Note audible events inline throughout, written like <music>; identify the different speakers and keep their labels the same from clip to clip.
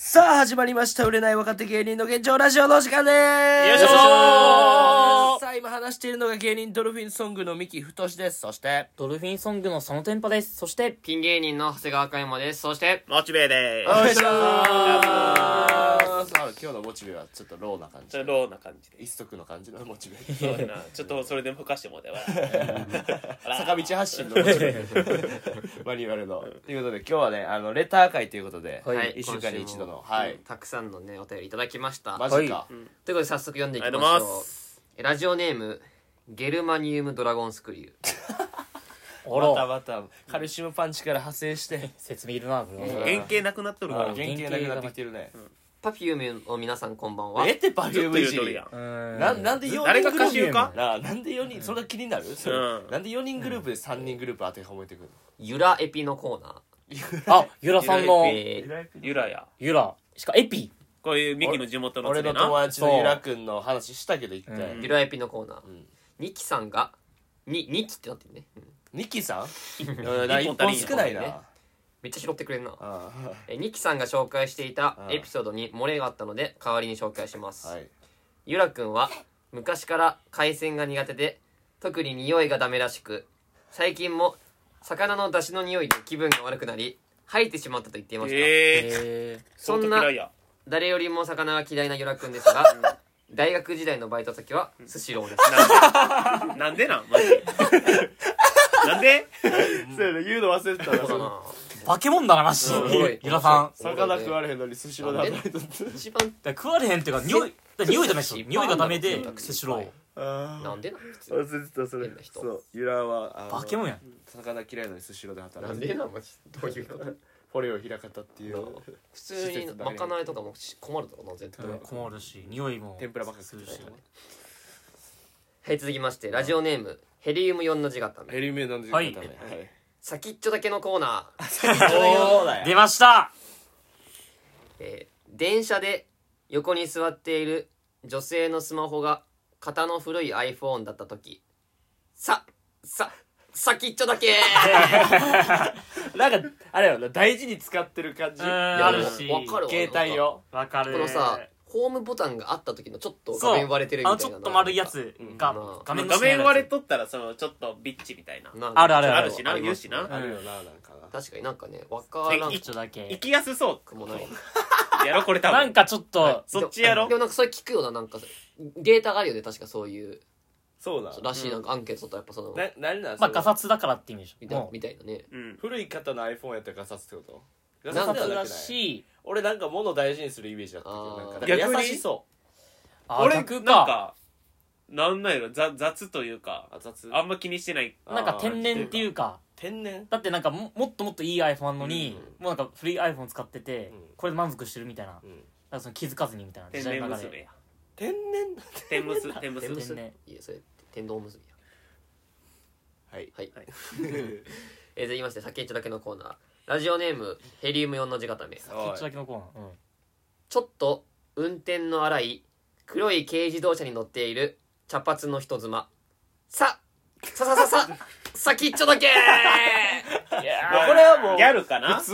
Speaker 1: さあ始まりました売れない若手芸人の現状ラジオのお時間で
Speaker 2: よい
Speaker 1: す
Speaker 2: しょー
Speaker 1: さあ今話しているのが芸人ドルフィンソングの三木太ですそして
Speaker 3: ドルフィンソングのそのテンパです。そして、
Speaker 4: ピン芸人の長谷川嘉山です。そして、
Speaker 2: モチベーで
Speaker 1: お願い
Speaker 2: ー
Speaker 1: しま
Speaker 5: さあ今日のモチベはちょっとローな感
Speaker 2: す
Speaker 5: じ
Speaker 2: ちょっとローな感
Speaker 5: <laughs>
Speaker 2: じで
Speaker 5: 一足の感じのモチベ
Speaker 1: <laughs>
Speaker 2: そうやなちょっとそれでも吹かしてもらったよあら
Speaker 5: 坂道発進のモチベマニュアルのということで今日はねあのレター会ということで、
Speaker 3: はい
Speaker 5: 1週間に一度の
Speaker 4: 今週も
Speaker 5: はい
Speaker 4: うんたくさんのね、お便りいただきました。
Speaker 5: マ
Speaker 4: という
Speaker 5: ジか、
Speaker 3: は
Speaker 4: ことで、早速読んでいきましょう。
Speaker 2: ありがとうございま
Speaker 4: えラジオネーム、ゲルマニウムドラゴンスクリュー。
Speaker 3: あ
Speaker 5: また
Speaker 3: ら、
Speaker 5: またカルシウムパンチから派生して
Speaker 3: 説明いるな、これは。
Speaker 2: 原型なくなっとるか
Speaker 5: 原
Speaker 2: ら
Speaker 3: うん
Speaker 2: ちょ
Speaker 5: 型なくなってきてるね
Speaker 4: パフュームの皆さんこんばんは。
Speaker 5: えってパ
Speaker 2: っ
Speaker 5: フ
Speaker 2: と
Speaker 5: ュームい
Speaker 2: 言う
Speaker 5: じ
Speaker 2: とるや
Speaker 5: り
Speaker 2: ん
Speaker 3: うん
Speaker 5: なんなんで4人
Speaker 2: 誰が
Speaker 5: グル
Speaker 2: 歌手か
Speaker 5: ープなあなんで4人それが気になる、それ
Speaker 2: うん
Speaker 5: なんで4人グループで3人グループ当てはめてくる
Speaker 4: ゆらエピのコーナ
Speaker 3: あ、ゆらさんの
Speaker 4: ー。、えー、
Speaker 2: ゆらや
Speaker 3: ゆら、しかエピ。
Speaker 2: こういうミキの地元の
Speaker 5: 俺
Speaker 2: 連れ
Speaker 5: の
Speaker 2: な
Speaker 5: 友達の
Speaker 3: そう
Speaker 5: ゆらくんの話したけど一回、
Speaker 3: うん
Speaker 4: ゆらエピのコーナー
Speaker 5: ん。
Speaker 4: ニキさんが、に、ニキってなってるね。うん
Speaker 5: ニキさん一本少ないな、
Speaker 4: 一本足りんよめっちゃ拾ってくれるな。
Speaker 5: あ
Speaker 4: えニキさんが紹介していた
Speaker 5: うん
Speaker 4: エピソードに漏れがあったので、代わりに紹介します。
Speaker 5: あはい
Speaker 4: ゆらくんは昔から海鮮が苦手で特に匂いがダメらしく最近も魚の出汁の匂いで気分が悪くなり吐いてしまったと言っていました、
Speaker 2: ええ
Speaker 3: え
Speaker 2: そんな嫌いや
Speaker 4: 誰よりも魚が嫌いなゆらくんですが大学時代のバイト先はスシローです、
Speaker 2: なんでなんでなんマジでなんで
Speaker 5: そうやね言うの忘れてた
Speaker 4: そうだ
Speaker 5: な
Speaker 4: な
Speaker 3: ー、化け物だな、マジ
Speaker 4: すごい
Speaker 3: で。ゆらさん。
Speaker 5: 魚食われへんのにスシローで働いとって
Speaker 4: 一番
Speaker 3: だから食われへんっていうか、匂い、だから匂いダメです
Speaker 4: い
Speaker 3: よ。
Speaker 4: っぱい
Speaker 3: 匂いがダメ
Speaker 4: あるん
Speaker 3: で
Speaker 4: だもん、
Speaker 3: スシロー。
Speaker 5: あ
Speaker 4: なんでな普
Speaker 5: ー
Speaker 4: 通
Speaker 5: 忘れてたそれ
Speaker 4: 変な人
Speaker 5: そうゆらはあの
Speaker 3: 化け物やん。
Speaker 5: 魚嫌いなのにスシローで働
Speaker 4: ないん
Speaker 5: て
Speaker 4: で
Speaker 5: る
Speaker 4: なマジどういうこと
Speaker 5: フォレオ開かたっていう
Speaker 4: 普通にまかないとかも困るだろうな絶対、
Speaker 3: うん困るし、匂いも。
Speaker 5: 天ぷらばっか食って
Speaker 3: するし
Speaker 4: はい続きましてラジオネームヘリウム4の字固め
Speaker 5: ヘリメなんで
Speaker 3: はい
Speaker 5: 固めはい
Speaker 4: 先っちょだけのコーナー
Speaker 5: そうだ
Speaker 3: 出ました
Speaker 4: えー電車で横に座っている女性のスマホが型の古い iPhone だった時ささ先っちょ
Speaker 3: <laughs>
Speaker 4: だけ
Speaker 5: なんかあれやろな大事に使ってる感じ
Speaker 3: うんあるし
Speaker 4: いやわかるわ
Speaker 5: 携帯を
Speaker 3: わかる。
Speaker 4: このさホームボタンがあった時のちょっと
Speaker 3: そ
Speaker 4: 画
Speaker 3: う、
Speaker 4: 面割れてるみ
Speaker 3: あ
Speaker 4: たい
Speaker 3: の、ち
Speaker 4: な
Speaker 3: ょっと丸いやつが
Speaker 4: うんうん、
Speaker 3: 画面越
Speaker 2: 画
Speaker 3: しのやつ
Speaker 2: 面割れとったらそのちょっとビッチみたいな
Speaker 4: なん
Speaker 3: あるある
Speaker 2: あるしな
Speaker 4: り
Speaker 2: 言う
Speaker 4: ます
Speaker 2: しな
Speaker 5: あるよななんかな
Speaker 4: 確かになんかねわからん
Speaker 2: え
Speaker 3: ちょっとだ
Speaker 2: 行
Speaker 3: け。
Speaker 2: きやすそ
Speaker 4: くもないう
Speaker 2: やろこれ多分
Speaker 3: なんかちょっと、
Speaker 2: そっちやろ
Speaker 4: でもなんかそれ聞くよななんかデータがあるよね確かそういう
Speaker 5: そうな
Speaker 4: らしいなんかアンケートとやっぱその、
Speaker 5: な何なん
Speaker 3: まあ、
Speaker 5: それ
Speaker 3: ガサツだからって意味でし
Speaker 4: み
Speaker 3: ょ。
Speaker 4: たい
Speaker 3: もう
Speaker 4: みたいなね
Speaker 2: うん
Speaker 5: 古い方の iPhone やったらガサツってことガ
Speaker 3: ガ
Speaker 5: サ
Speaker 3: サ
Speaker 5: ツ
Speaker 3: ツ
Speaker 5: ではな
Speaker 3: だ
Speaker 5: くない
Speaker 3: し、
Speaker 5: 俺なんか物大事にするイメージだったけ
Speaker 4: あ
Speaker 5: ど
Speaker 4: ー
Speaker 5: なんかなんか
Speaker 2: 逆
Speaker 5: 優
Speaker 2: に
Speaker 5: しそう
Speaker 3: あ
Speaker 2: 俺なん
Speaker 3: 逆か。
Speaker 2: かなんなんやろざ雑というか
Speaker 5: あ雑
Speaker 2: あんま気にしてない
Speaker 3: なんか天然っていうか、
Speaker 5: 天然
Speaker 3: だってなんかももっともっといい iPhone なのに、もうなんか古い iPhone 使ってて、
Speaker 5: うん
Speaker 3: これで満足してるみたいな。なん
Speaker 5: うん
Speaker 3: かその気づかずにみたいな
Speaker 2: 天
Speaker 3: 時代
Speaker 2: 然
Speaker 3: の流
Speaker 2: 娘
Speaker 3: れ。
Speaker 2: や
Speaker 5: 天然 <laughs>
Speaker 2: 天む
Speaker 3: <laughs>
Speaker 2: す天む
Speaker 3: 天む
Speaker 2: す
Speaker 3: す
Speaker 4: いやそれ天丼おむすびや
Speaker 2: <laughs>
Speaker 5: はい
Speaker 4: はい、
Speaker 2: はい
Speaker 4: えー続きまして先っちょだけのコーナーラジオネームヘリウム4の字固め
Speaker 3: こっちだけのコーナー。うん。
Speaker 4: ちょっと運転の荒い黒い軽自動車に乗っている茶髪の人妻さささささ先っちょだけ
Speaker 5: まあこれはもう
Speaker 2: ギャルかな
Speaker 5: 普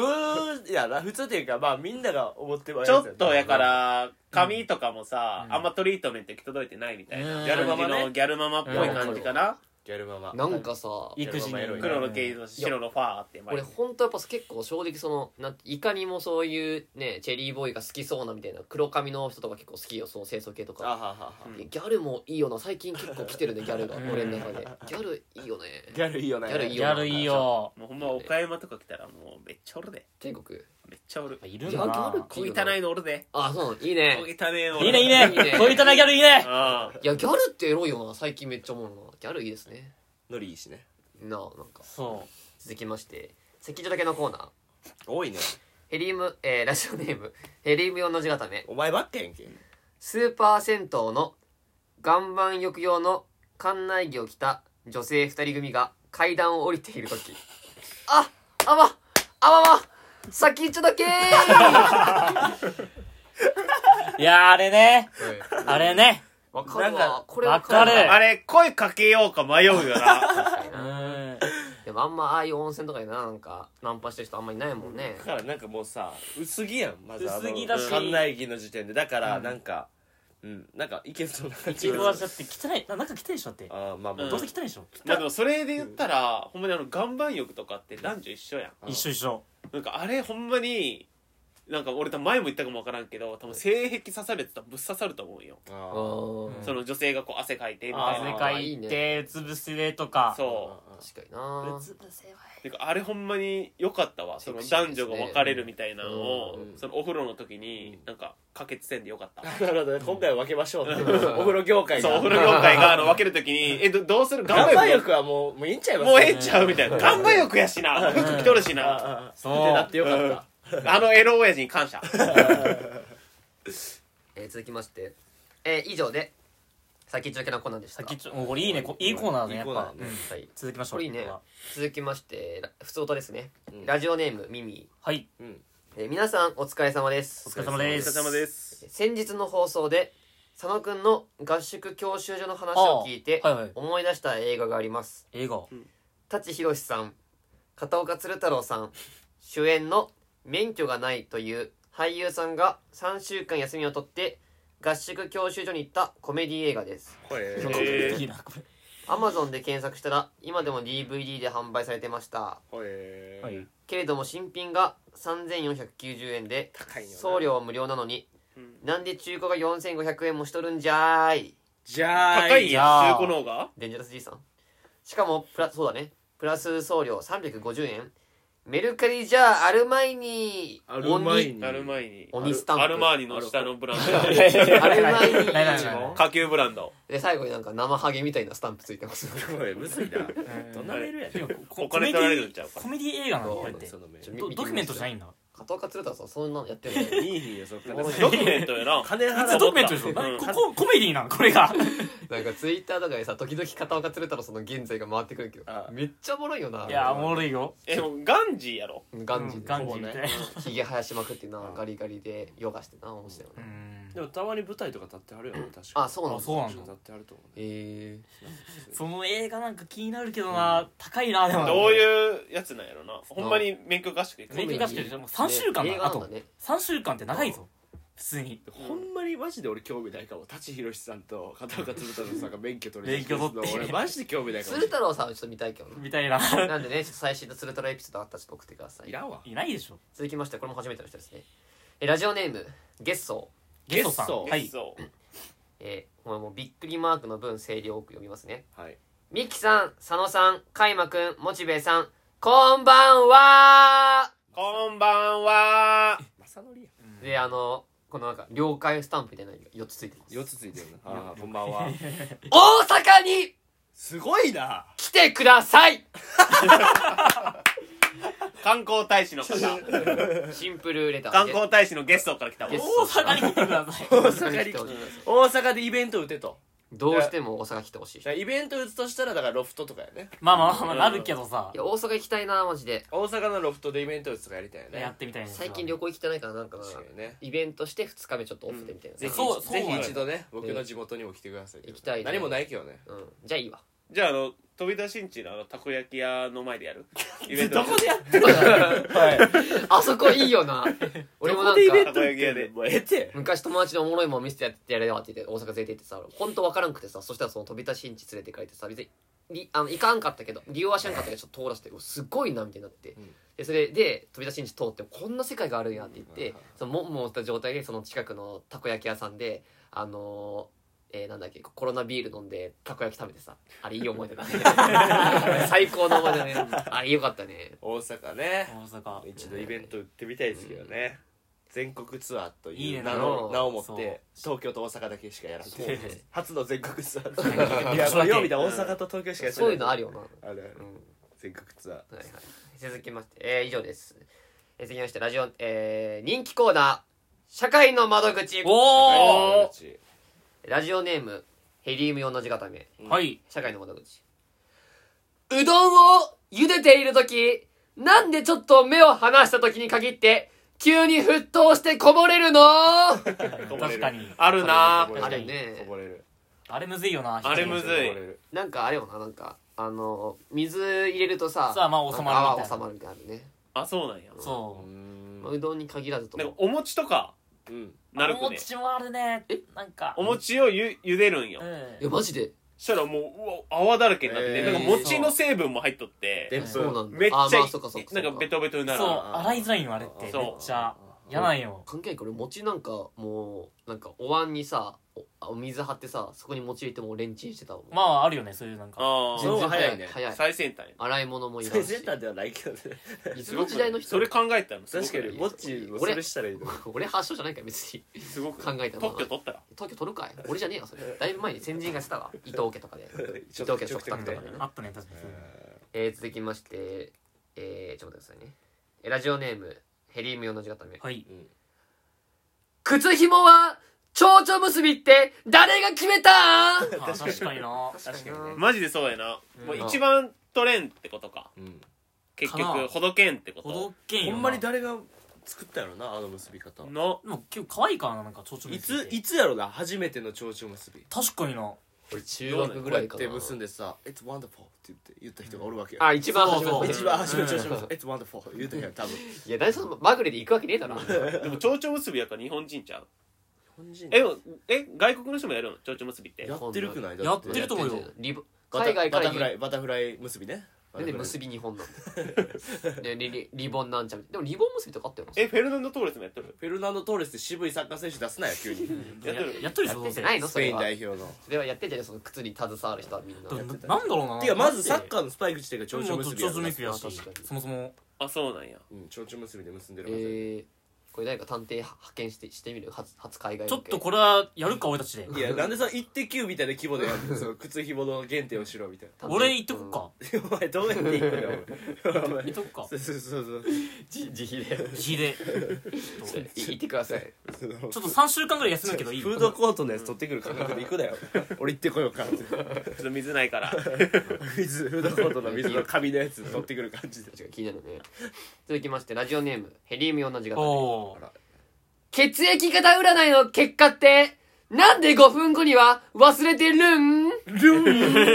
Speaker 5: 通やな普通っていうかまあみんなが思っては
Speaker 2: ちょっとやから
Speaker 3: う
Speaker 2: 髪とかもさ、
Speaker 3: うん
Speaker 2: あんまトリートメント行き届いてないみたいな、
Speaker 3: うん
Speaker 2: ギャルママの
Speaker 5: ね
Speaker 2: ギャルママっぽい感じかな、
Speaker 5: ギャルママ
Speaker 4: なんかさ
Speaker 3: 育児に
Speaker 5: うん
Speaker 2: 黒の毛の白のファーって
Speaker 4: 俺ほんとやっぱ結構正直そのなんいかにもそういうねチェリーボーイが好きそうなみたいな黒髪の人とか結構好きよその清楚系と
Speaker 5: あは
Speaker 4: か
Speaker 5: はは
Speaker 2: うん
Speaker 4: ギャルもいいよな最近結構来てるねギャルが
Speaker 3: うん
Speaker 4: 俺の中でギャルいいよね
Speaker 5: ギャルいいよね
Speaker 4: ギャルい
Speaker 3: ギ
Speaker 4: いよ
Speaker 3: ャルいいよ。
Speaker 2: もうほんま岡山とか来たらもうめっちゃおるで
Speaker 4: 天国
Speaker 2: めっちゃおる
Speaker 3: いるんだ
Speaker 4: いやギャル
Speaker 3: な。
Speaker 4: か
Speaker 2: 小汚いのおるで
Speaker 4: あそうなのい
Speaker 2: 小
Speaker 4: いね
Speaker 2: 汚いのおる
Speaker 3: いいねいいね
Speaker 4: いいね。
Speaker 3: 小汚いギャルいいね。
Speaker 2: ああ
Speaker 4: いやギャルってエロいよな最近めっちゃ思うなギャルいいですね
Speaker 5: ノリいいしね
Speaker 4: なあなんか
Speaker 3: そ
Speaker 4: 続きまして席上だけのコーナー
Speaker 5: 多いね
Speaker 4: ヘリウム、えーラジオネームヘリウム用の字固め
Speaker 5: お前ばっかやんけ
Speaker 4: スーパー銭湯の岩盤浴用の館内着を着た女性二人組が階段を降りている時 <laughs> ああまあまま先っちょだけ <laughs> ー
Speaker 3: う。いやーあれね。あれね。
Speaker 4: わかる
Speaker 5: なんか
Speaker 4: わこれわか
Speaker 3: わか
Speaker 4: るわ
Speaker 3: る
Speaker 2: あれ声かけようか迷うよな <laughs>
Speaker 4: みたいな
Speaker 3: うん。
Speaker 4: でもあんまああいう温泉とかでななんかナンパしてる人あんまいないもんね
Speaker 5: だからなんかもうさ薄着やんまずあの
Speaker 3: 薄着だし
Speaker 5: 館内着の時点でだからなんかうん、なんかいけそうな感じ
Speaker 3: 一部はだって汚いな中汚いでしょだって
Speaker 5: あーまあまあ、
Speaker 2: うん
Speaker 3: どうせ汚いでしょ
Speaker 2: まあでもそれで言ったら、ほんまにあの岩盤浴とかって男女一緒やん
Speaker 5: うん
Speaker 3: 一緒一緒
Speaker 2: なんかあれほんまになんか俺多分前も言ったかもわからんけど多分性癖刺されてたらぶっ刺さると思うよ、
Speaker 5: あ
Speaker 4: あ
Speaker 5: ー
Speaker 4: ー
Speaker 3: うん
Speaker 2: その女性がこう汗かいてみ
Speaker 3: あ
Speaker 2: たい
Speaker 3: ー
Speaker 2: な
Speaker 3: 汗
Speaker 5: か
Speaker 3: か
Speaker 4: い
Speaker 3: い
Speaker 4: て
Speaker 3: てうつぶせとか
Speaker 2: そ
Speaker 4: 確かにな
Speaker 3: うつぶせは
Speaker 2: うてかあれほんまに良かったわその男女が別れるみたいなのを、
Speaker 5: うん
Speaker 2: そのお風呂の時になんか可決せんでよかった、
Speaker 5: なるほどね今回は分けましょうってお風呂業界が
Speaker 2: そうお風呂業界があの分ける時に「えどどうする
Speaker 5: 岩盤
Speaker 2: 浴
Speaker 5: 浴はもうもういいんちゃいます
Speaker 2: もうええんちゃう?」みたいな「岩盤浴やしな服着とるし
Speaker 5: あ
Speaker 2: な
Speaker 5: ああ
Speaker 3: そ
Speaker 5: っ
Speaker 3: う
Speaker 5: てなってよかった、
Speaker 2: うんあのエロ親父に感謝」
Speaker 4: えー続きましてえー以上で先っちょけなコーナーでした
Speaker 3: 先っちょおこれいいねこいいコーナーだね
Speaker 5: いい
Speaker 3: やっ
Speaker 5: コーナー
Speaker 3: ぱ
Speaker 5: ね
Speaker 3: うん
Speaker 4: はい
Speaker 3: 続きましょ
Speaker 4: こ
Speaker 3: う
Speaker 4: れいいね
Speaker 3: こは
Speaker 4: 続きましてら普通音ですね、
Speaker 5: うん
Speaker 4: ラジオネームミミ
Speaker 3: はい
Speaker 4: ィ、えー皆さんお疲れ様です
Speaker 3: お疲れ様です
Speaker 2: お疲れ様です
Speaker 4: 先日の放送で佐野くんの合宿教習所の話を聞いて、
Speaker 3: ああはいはい
Speaker 4: 思い出した映画があります
Speaker 3: 映画
Speaker 4: 舘ひろしさん片岡鶴太郎さん主演の「免許がない」という俳優さんが3週間休みを取って合宿教習所に行ったコメディ映画です
Speaker 5: これ
Speaker 2: ー
Speaker 3: いいなこ
Speaker 4: Amazon で検索したら今でも DVD で販売されてました
Speaker 5: これ
Speaker 3: れはい
Speaker 4: けれども新品が3490円で
Speaker 5: 高いよな
Speaker 4: 送料は無料なのに
Speaker 2: うん
Speaker 4: なんで中古が4500円もしとるんじゃーい
Speaker 5: じゃあ
Speaker 2: 高いんや
Speaker 3: はい
Speaker 2: 中古の方が
Speaker 4: デンジャラス爺さんしかもプラそうだねプラス送料350円メルカリじゃあるまいに
Speaker 5: アルマイニ
Speaker 2: なる前に
Speaker 4: 鬼スタンプ
Speaker 2: アルマーニの下のブランド
Speaker 5: <laughs>
Speaker 4: アルマイニ
Speaker 3: ないないない
Speaker 5: うん
Speaker 2: 下級ブランド
Speaker 4: で最後になんか生ハゲみたいなスタンプついてます <laughs>
Speaker 5: すごいむずいなどんなメールやねん
Speaker 3: でもこ
Speaker 2: お金
Speaker 3: コ
Speaker 2: 取
Speaker 3: メディ
Speaker 2: られるんちゃうか
Speaker 3: コメディ映画なんだこれって
Speaker 5: そのメー
Speaker 4: ち
Speaker 5: ル
Speaker 3: ド
Speaker 4: ょ
Speaker 3: ドキュメントじゃないんだ
Speaker 4: 片岡鶴太郎さんそんなのやってるの
Speaker 5: いいよそっから
Speaker 4: おい
Speaker 2: ドキュメント
Speaker 5: <laughs>
Speaker 2: やな
Speaker 5: 金払
Speaker 3: ドキュメントでしょ
Speaker 2: うん
Speaker 3: なここコメディなのこれが
Speaker 4: なんかツイッターとかでさ時々片岡鶴太郎さんの現在が回ってくるけど
Speaker 5: あ
Speaker 4: めっちゃおもろいよない
Speaker 3: やおもろいよ
Speaker 2: えもうガンジーやろ
Speaker 4: ガンジ
Speaker 3: うんガンジ
Speaker 4: ー
Speaker 3: ーみたいな
Speaker 4: ひげ生やしまくってなガリガリでヨガしてな面白いよね
Speaker 3: うん
Speaker 5: でもたまに舞台とか立ってあるよね確か
Speaker 4: あそうなん
Speaker 3: あそう
Speaker 4: だ
Speaker 3: なん
Speaker 5: 立
Speaker 3: だ
Speaker 5: ってあると思うね
Speaker 4: え
Speaker 3: その映画なんか気になるけどな高いなでも
Speaker 2: どういうやつなんやろなほんまに免許合宿行く
Speaker 3: メイク合宿でもう3週間
Speaker 4: 映
Speaker 3: だ
Speaker 4: 画
Speaker 3: あ
Speaker 4: なんだ
Speaker 3: と
Speaker 4: ね
Speaker 3: 3週間って長いぞ普通に
Speaker 5: ほんまにマジで俺興味ないかも舘ひろしさんと片岡鶴太郎さんが免許取り
Speaker 3: 免許取って
Speaker 5: 俺マジで興味ないかも
Speaker 4: 鶴太郎さんはちょっと見たいけど
Speaker 3: みたいな
Speaker 4: ななんでねちょっと最新の鶴太郎エピソードあったらちょっと送ってください
Speaker 5: いらんわ
Speaker 3: いないでしょ
Speaker 4: 続きましてこれも初めての人ですねえラジオネームゲッソー
Speaker 3: ゲストさん
Speaker 5: ゲスト
Speaker 3: はい
Speaker 2: そう
Speaker 4: えー、もうもうびっくりマークの分声量多く読みますね
Speaker 5: はい
Speaker 4: ミキさん佐野さんカイマくんモチベイさんこんばんは
Speaker 2: こんばんは
Speaker 5: 正則や
Speaker 4: であのこのなんか了解スタンプみたいなのが4つついてます
Speaker 5: 四つついてるなあーこんばんは
Speaker 4: 大阪に
Speaker 5: すごいな
Speaker 4: 来てください
Speaker 2: 観光大使の方
Speaker 4: シンプルレター
Speaker 2: 観
Speaker 4: で
Speaker 2: 光大使のゲストから来たわ
Speaker 4: ゲス
Speaker 3: 大阪に来てください
Speaker 5: 大阪に来て大阪でイベント打てと
Speaker 4: どうしても大阪来てほしい
Speaker 5: だからイベント打つとしたらだからロフトとかやね
Speaker 3: まあまあまあまあなるけどさ
Speaker 4: いや大阪行きたいなマジで
Speaker 5: 大阪のロフトでイベント打つとかやりたいよね
Speaker 3: やってみたいんですよ
Speaker 4: 最近旅行行きてないからなんかな
Speaker 5: 確かにね
Speaker 4: イベントして2日目ちょっとオフでみたいな
Speaker 5: ぜひ
Speaker 3: そう
Speaker 5: ぜ
Speaker 3: そうな
Speaker 5: ひ
Speaker 3: のよ
Speaker 5: 一度ね僕の地元にも来てください
Speaker 4: 行きたいね
Speaker 5: 何もないけどね
Speaker 4: うん、じゃあいいわ
Speaker 2: じゃああの飛び出しんちのあのたこ焼き屋の前でやるイベント
Speaker 5: どこでやってる <laughs> はい
Speaker 4: <laughs> あそこいいよ
Speaker 5: <laughs>
Speaker 4: な俺もな
Speaker 5: どこでイベ
Speaker 4: ん
Speaker 5: ン
Speaker 4: か
Speaker 5: ト打ってんねんもうええって
Speaker 4: 昔友達のおもろいもん見せてやってやれよって言って大阪連れて行ってさ本当わからんくてさそしたらその飛び出しんち連れて帰ってさ別にりあの行かんかったけど利用はしなかったけどちょっと通らせてうわすごいなみたいになって、
Speaker 5: ん
Speaker 4: でそれで飛び出しんち通ってこんな世界があるんやって言って、
Speaker 5: うん
Speaker 4: そのもんもんした状態でその近くのたこ焼き屋さんであのーえーなんだっけコロナビール飲んでたこ焼き食べてさあれいい思い出だね
Speaker 5: <laughs>
Speaker 4: 最高の思い出だねあれよかったね
Speaker 5: 大阪ね
Speaker 3: 大阪
Speaker 5: 一度イベント打ってみたいですけどね全国ツアーと
Speaker 3: いい
Speaker 5: いう
Speaker 3: ね
Speaker 5: 名の
Speaker 4: そう
Speaker 5: 名を持って東京と大阪だけしかやらな
Speaker 4: そ
Speaker 5: <laughs>
Speaker 4: う
Speaker 5: い
Speaker 4: ね
Speaker 5: 初の全国ツア
Speaker 3: <laughs> う
Speaker 5: ー
Speaker 3: ん
Speaker 5: いやそれよう見たら大阪と東京しかやってな
Speaker 4: そういうのあるよな、
Speaker 5: あるあ
Speaker 4: う
Speaker 5: る
Speaker 4: ん
Speaker 5: 全国ツアー
Speaker 4: はいはい、続きまして、えー以上です、えー続きましてラジオ、えー人気コーナー「社会の窓口」
Speaker 3: お
Speaker 4: ラジオネームヘリウム4の字固め
Speaker 3: おはい
Speaker 4: 社会の窓口うどんを茹でている時なんでちょっと目を離した時に限って急に沸騰してこぼれるの
Speaker 3: 確かに
Speaker 2: あるな
Speaker 5: こぼれる
Speaker 4: あるね
Speaker 5: こぼれる
Speaker 3: あれむずいよな
Speaker 2: あれむずい
Speaker 5: こぼれる
Speaker 4: なんかあれよななんかあの水入れるとさ
Speaker 3: さあまあ収まるみたいな
Speaker 4: なんか泡収まるみたいなのあるね、
Speaker 2: あそうなんや
Speaker 3: そうう。
Speaker 4: まあ、うどんに限らずと
Speaker 2: なん
Speaker 4: 思
Speaker 2: かお
Speaker 4: う
Speaker 2: 餅とか
Speaker 5: うん
Speaker 2: なるく
Speaker 3: お
Speaker 2: ね
Speaker 3: 餅もあるね。なんか。
Speaker 2: お餅をゆ茹でるんよ
Speaker 4: え
Speaker 3: う
Speaker 4: マジで
Speaker 2: したらもううわ泡だらけになってて、
Speaker 5: え
Speaker 2: な
Speaker 5: ー
Speaker 2: んか餅の成分も入っとって
Speaker 5: で
Speaker 3: うん
Speaker 4: そうなんだ
Speaker 2: めっちゃ
Speaker 4: あーまあそっかそっかそ
Speaker 2: な
Speaker 4: っ
Speaker 2: んかベトベトに
Speaker 3: ん。
Speaker 2: なる
Speaker 3: そう、洗いづらいよ、あれって。
Speaker 2: そう
Speaker 3: めっちゃ。やなんよ。
Speaker 4: 関係ないこれ餅なんかもうなんかお椀にさおあお水張ってさそこに餅入れてもうレンチンしてたもん、
Speaker 3: まあ、あるよね、そういうなんか。
Speaker 2: あ
Speaker 5: その方が早いね
Speaker 4: 早い
Speaker 2: 最先端や
Speaker 4: 洗い物もいら
Speaker 5: 最
Speaker 4: んし
Speaker 5: 先端ではないけどね
Speaker 4: いつの時代の人
Speaker 2: それ考えたのすごく
Speaker 5: 確かにぼっちもそれしたらいいのに
Speaker 4: 俺発祥じゃないから別に
Speaker 2: すごく
Speaker 4: 考えたのは
Speaker 2: 特許取ったら
Speaker 4: 東京取るかい俺じゃねえよそれだいぶ前に先人がしてたわ伊藤家とかで伊藤家食卓とかでね
Speaker 3: あったね、確かに。
Speaker 4: えー、続きましてえー、ちょっと待ってくださいねえーラジオネームヘリウム用の字固め
Speaker 5: <laughs>
Speaker 3: はい。
Speaker 4: 靴ひもは蝶々結びって誰が決めた
Speaker 3: あ確かにな。
Speaker 4: 確かにね
Speaker 2: マジでそうやな、
Speaker 3: うん
Speaker 2: もう一番取れんってことか
Speaker 5: うん
Speaker 2: 結
Speaker 3: かな
Speaker 2: 局ほどけんってこ
Speaker 3: ほ
Speaker 2: と
Speaker 3: どけんよ
Speaker 5: ほ
Speaker 3: な。
Speaker 5: んまに誰が作ったやろなあの結び方
Speaker 2: の
Speaker 3: でも結構可愛いからな、なんか、ちょちょ
Speaker 5: い
Speaker 3: 結びっ
Speaker 5: つ
Speaker 3: て
Speaker 5: いつやろな初めての蝶々結び
Speaker 3: 確かにな。
Speaker 4: 俺中学ぐ
Speaker 5: ぐら
Speaker 4: ら
Speaker 5: い
Speaker 4: いか
Speaker 5: って
Speaker 4: な
Speaker 5: 結んでさ「It's wonderful」って言って言った人がおるわけよ
Speaker 4: あ一番初め
Speaker 3: そう
Speaker 4: て
Speaker 3: そ
Speaker 5: 一
Speaker 3: う
Speaker 5: 番初めの
Speaker 3: う
Speaker 5: 調
Speaker 3: ん
Speaker 5: 子も「It's wonderful」言うてんや多分
Speaker 4: いや大体そのまぐれで行くわけねえだろ
Speaker 2: でも蝶々結びやから日本人ちゃう
Speaker 5: え
Speaker 2: えでもえ外国の人もやるの蝶々結びって
Speaker 5: やってるくない
Speaker 3: やってると思うよ
Speaker 4: リボ
Speaker 5: 海
Speaker 4: 海
Speaker 5: 外
Speaker 4: 外
Speaker 5: か
Speaker 4: から
Speaker 5: バタフ
Speaker 4: ら
Speaker 5: ライバタフライ結びね
Speaker 4: なんで結び日本なん
Speaker 3: <laughs>
Speaker 4: だねリリリボンなんちゃらでもリボン結びとかあったよな
Speaker 2: えフェルナンド・トーレスもやってる
Speaker 5: フェルナンド・トーレスって渋いサッカー選手出すなよ急に
Speaker 2: やってる
Speaker 3: やっとるで
Speaker 4: や
Speaker 3: しょ、ど
Speaker 4: っ
Speaker 3: うん
Speaker 4: てじ
Speaker 3: せ。
Speaker 4: ゃない
Speaker 3: だ
Speaker 4: の
Speaker 5: ス
Speaker 4: そ
Speaker 5: ペ
Speaker 4: れ
Speaker 5: イン
Speaker 4: は
Speaker 5: 代表の
Speaker 4: それはやってんじゃないその靴に携わる人はみんな
Speaker 3: ななんだろうな。
Speaker 5: てかまずサ
Speaker 3: さ
Speaker 5: ッカーのスパイク自体が
Speaker 3: ち
Speaker 5: 蝶
Speaker 3: ょち
Speaker 5: 々
Speaker 3: ょ
Speaker 5: 結び
Speaker 3: ちょ
Speaker 5: や
Speaker 3: ちょ
Speaker 5: ろな
Speaker 3: 結びやし
Speaker 4: 確かに
Speaker 3: そもそも。
Speaker 2: あそうなんや
Speaker 5: うん蝶々結びで結んで
Speaker 4: え
Speaker 5: るはず
Speaker 4: ー、これ誰か探偵派遣してしてみる初初海外
Speaker 3: ちょ
Speaker 4: ロ
Speaker 3: っ
Speaker 4: ケ
Speaker 3: とこれはやるか俺たちで
Speaker 5: いや
Speaker 3: <laughs>
Speaker 5: なんでさ1.9みたいな規模でやるのその靴紐の原点をしろみたいな
Speaker 4: 探偵
Speaker 3: 俺行っとくか <laughs>
Speaker 5: お前どうやって行くのお前
Speaker 3: 行っとくか
Speaker 5: そうそうそう
Speaker 4: うんじ自費で
Speaker 3: 火で
Speaker 4: <laughs> い行ってください
Speaker 5: そうそう
Speaker 3: ちょっと3週間ぐらい休むけどいい
Speaker 5: フードコートのやつ取ってくる感覚で行くなよ俺行ってこようかって
Speaker 2: ちょっと水ないから
Speaker 5: 水フードコートの水の紙のやつ取ってくる感じで
Speaker 4: 確かに気になるね続きましてラジオネームヘリウム同じ型
Speaker 3: おー
Speaker 4: 血液型占いの結果ってなんで5分後には忘れてるん
Speaker 3: また忘れてる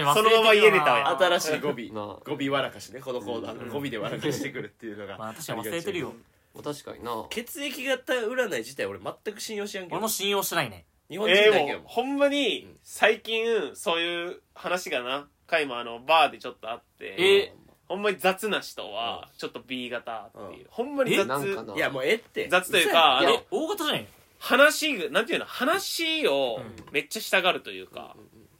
Speaker 3: よな
Speaker 2: そのまま家出たわよ
Speaker 5: 新しい語尾
Speaker 4: なあ
Speaker 5: 語尾笑かしねこのコーナーの語尾で笑かしてくるっていうのが
Speaker 3: まあ確かに忘れてるよ
Speaker 4: 確かにな
Speaker 5: 血液型占い自体俺全く信用しやんけ
Speaker 3: 俺
Speaker 5: ど
Speaker 3: も信用してないね
Speaker 5: 日本人
Speaker 2: え
Speaker 5: だ
Speaker 2: ー、
Speaker 5: け
Speaker 2: も
Speaker 5: や
Speaker 2: う
Speaker 5: もん
Speaker 2: ほんまに最近そういう話がな回もあのバーでちょっとあって、
Speaker 3: え
Speaker 2: ほんまに雑な人はちょっと B 型っていう、ほんまに
Speaker 3: え
Speaker 2: 雑
Speaker 4: なんかない
Speaker 5: やもうええって
Speaker 2: 雑というか
Speaker 4: い
Speaker 2: あ
Speaker 4: や
Speaker 2: の
Speaker 3: え大型じゃない
Speaker 2: 話がなんていうの話をめっちゃしたがるというか、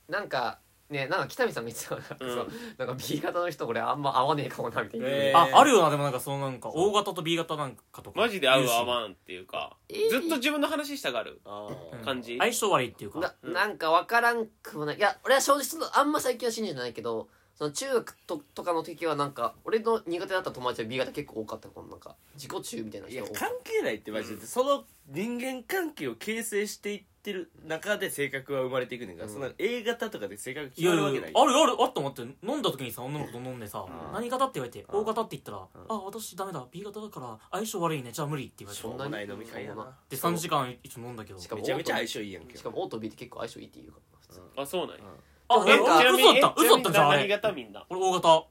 Speaker 4: なんかねなんか北見さんが言ってたのなんかそう
Speaker 2: うん
Speaker 4: なんか B 型の人これあんま合わねえかもなみたいな、
Speaker 5: えー
Speaker 3: ああるよなでもなんかそのなんか O 型と B 型なんかとか
Speaker 2: マジで合う合
Speaker 3: ん
Speaker 2: わんっていうか、
Speaker 4: ー
Speaker 2: ずっと自分の話したがる
Speaker 5: あー
Speaker 2: 感じ、
Speaker 3: 相性悪いっていうか
Speaker 4: ななんか分からんくもないいや俺は正直ちょっとあんま最近は信じてないけどその中学ととかの時はなんか俺の苦手だった友達は B 型結構多かったもんなんか自己中みたいない人
Speaker 5: や
Speaker 4: が多か
Speaker 5: 関
Speaker 4: っ
Speaker 5: 係ないってマジでその人間関係を形成していってる中で性格は生まれていくねんから
Speaker 4: うん
Speaker 5: そんな A 型とかで性格
Speaker 3: い
Speaker 5: 決
Speaker 3: や
Speaker 5: まる
Speaker 3: いやあ
Speaker 5: わけ
Speaker 3: る
Speaker 5: ない
Speaker 3: あるあと思って飲んだ時にさ女の子と飲んでさ
Speaker 5: ん
Speaker 3: 何型って言われて
Speaker 5: ん
Speaker 3: O 型って言ったらあ私ダメだ B 型だから相性悪いねじゃあ無理って言われ
Speaker 5: してょうもない飲み会や
Speaker 4: そん
Speaker 5: な
Speaker 3: で3時間一応飲んだけど
Speaker 4: しかも
Speaker 5: めちゃめちゃ相性いいやんけ
Speaker 4: しかも O と B って結構相性いいって言うから普通
Speaker 2: あそうなんや
Speaker 3: あ
Speaker 4: え
Speaker 3: え
Speaker 4: なんか
Speaker 3: 嘘だった
Speaker 2: え
Speaker 3: 嘘だったんじゃ
Speaker 2: ちなみ
Speaker 3: んあ
Speaker 2: に何
Speaker 3: れ
Speaker 2: 型みんな
Speaker 3: 俺 O 型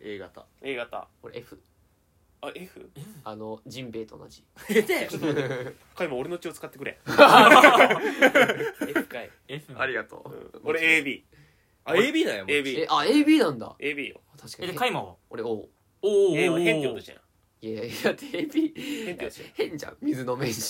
Speaker 5: A 型 <laughs>
Speaker 2: A 型
Speaker 4: 俺 F
Speaker 2: あ F?
Speaker 4: あのジンベイと同じ
Speaker 5: えで
Speaker 2: か今俺の血を使ってくれ
Speaker 5: F かい
Speaker 3: F
Speaker 4: がと
Speaker 2: 俺 ABAB
Speaker 5: あ AB なんやもう
Speaker 4: えあ AB なんだ
Speaker 2: AB よ
Speaker 4: 確か
Speaker 3: え
Speaker 4: に
Speaker 3: でカイマは
Speaker 4: 俺 O
Speaker 3: おーおー
Speaker 2: A
Speaker 3: お
Speaker 2: は
Speaker 3: ー
Speaker 2: 変ってことじゃん
Speaker 4: いやいやだって AB
Speaker 2: 変ってことじゃん
Speaker 4: 変じゃん水飲めんし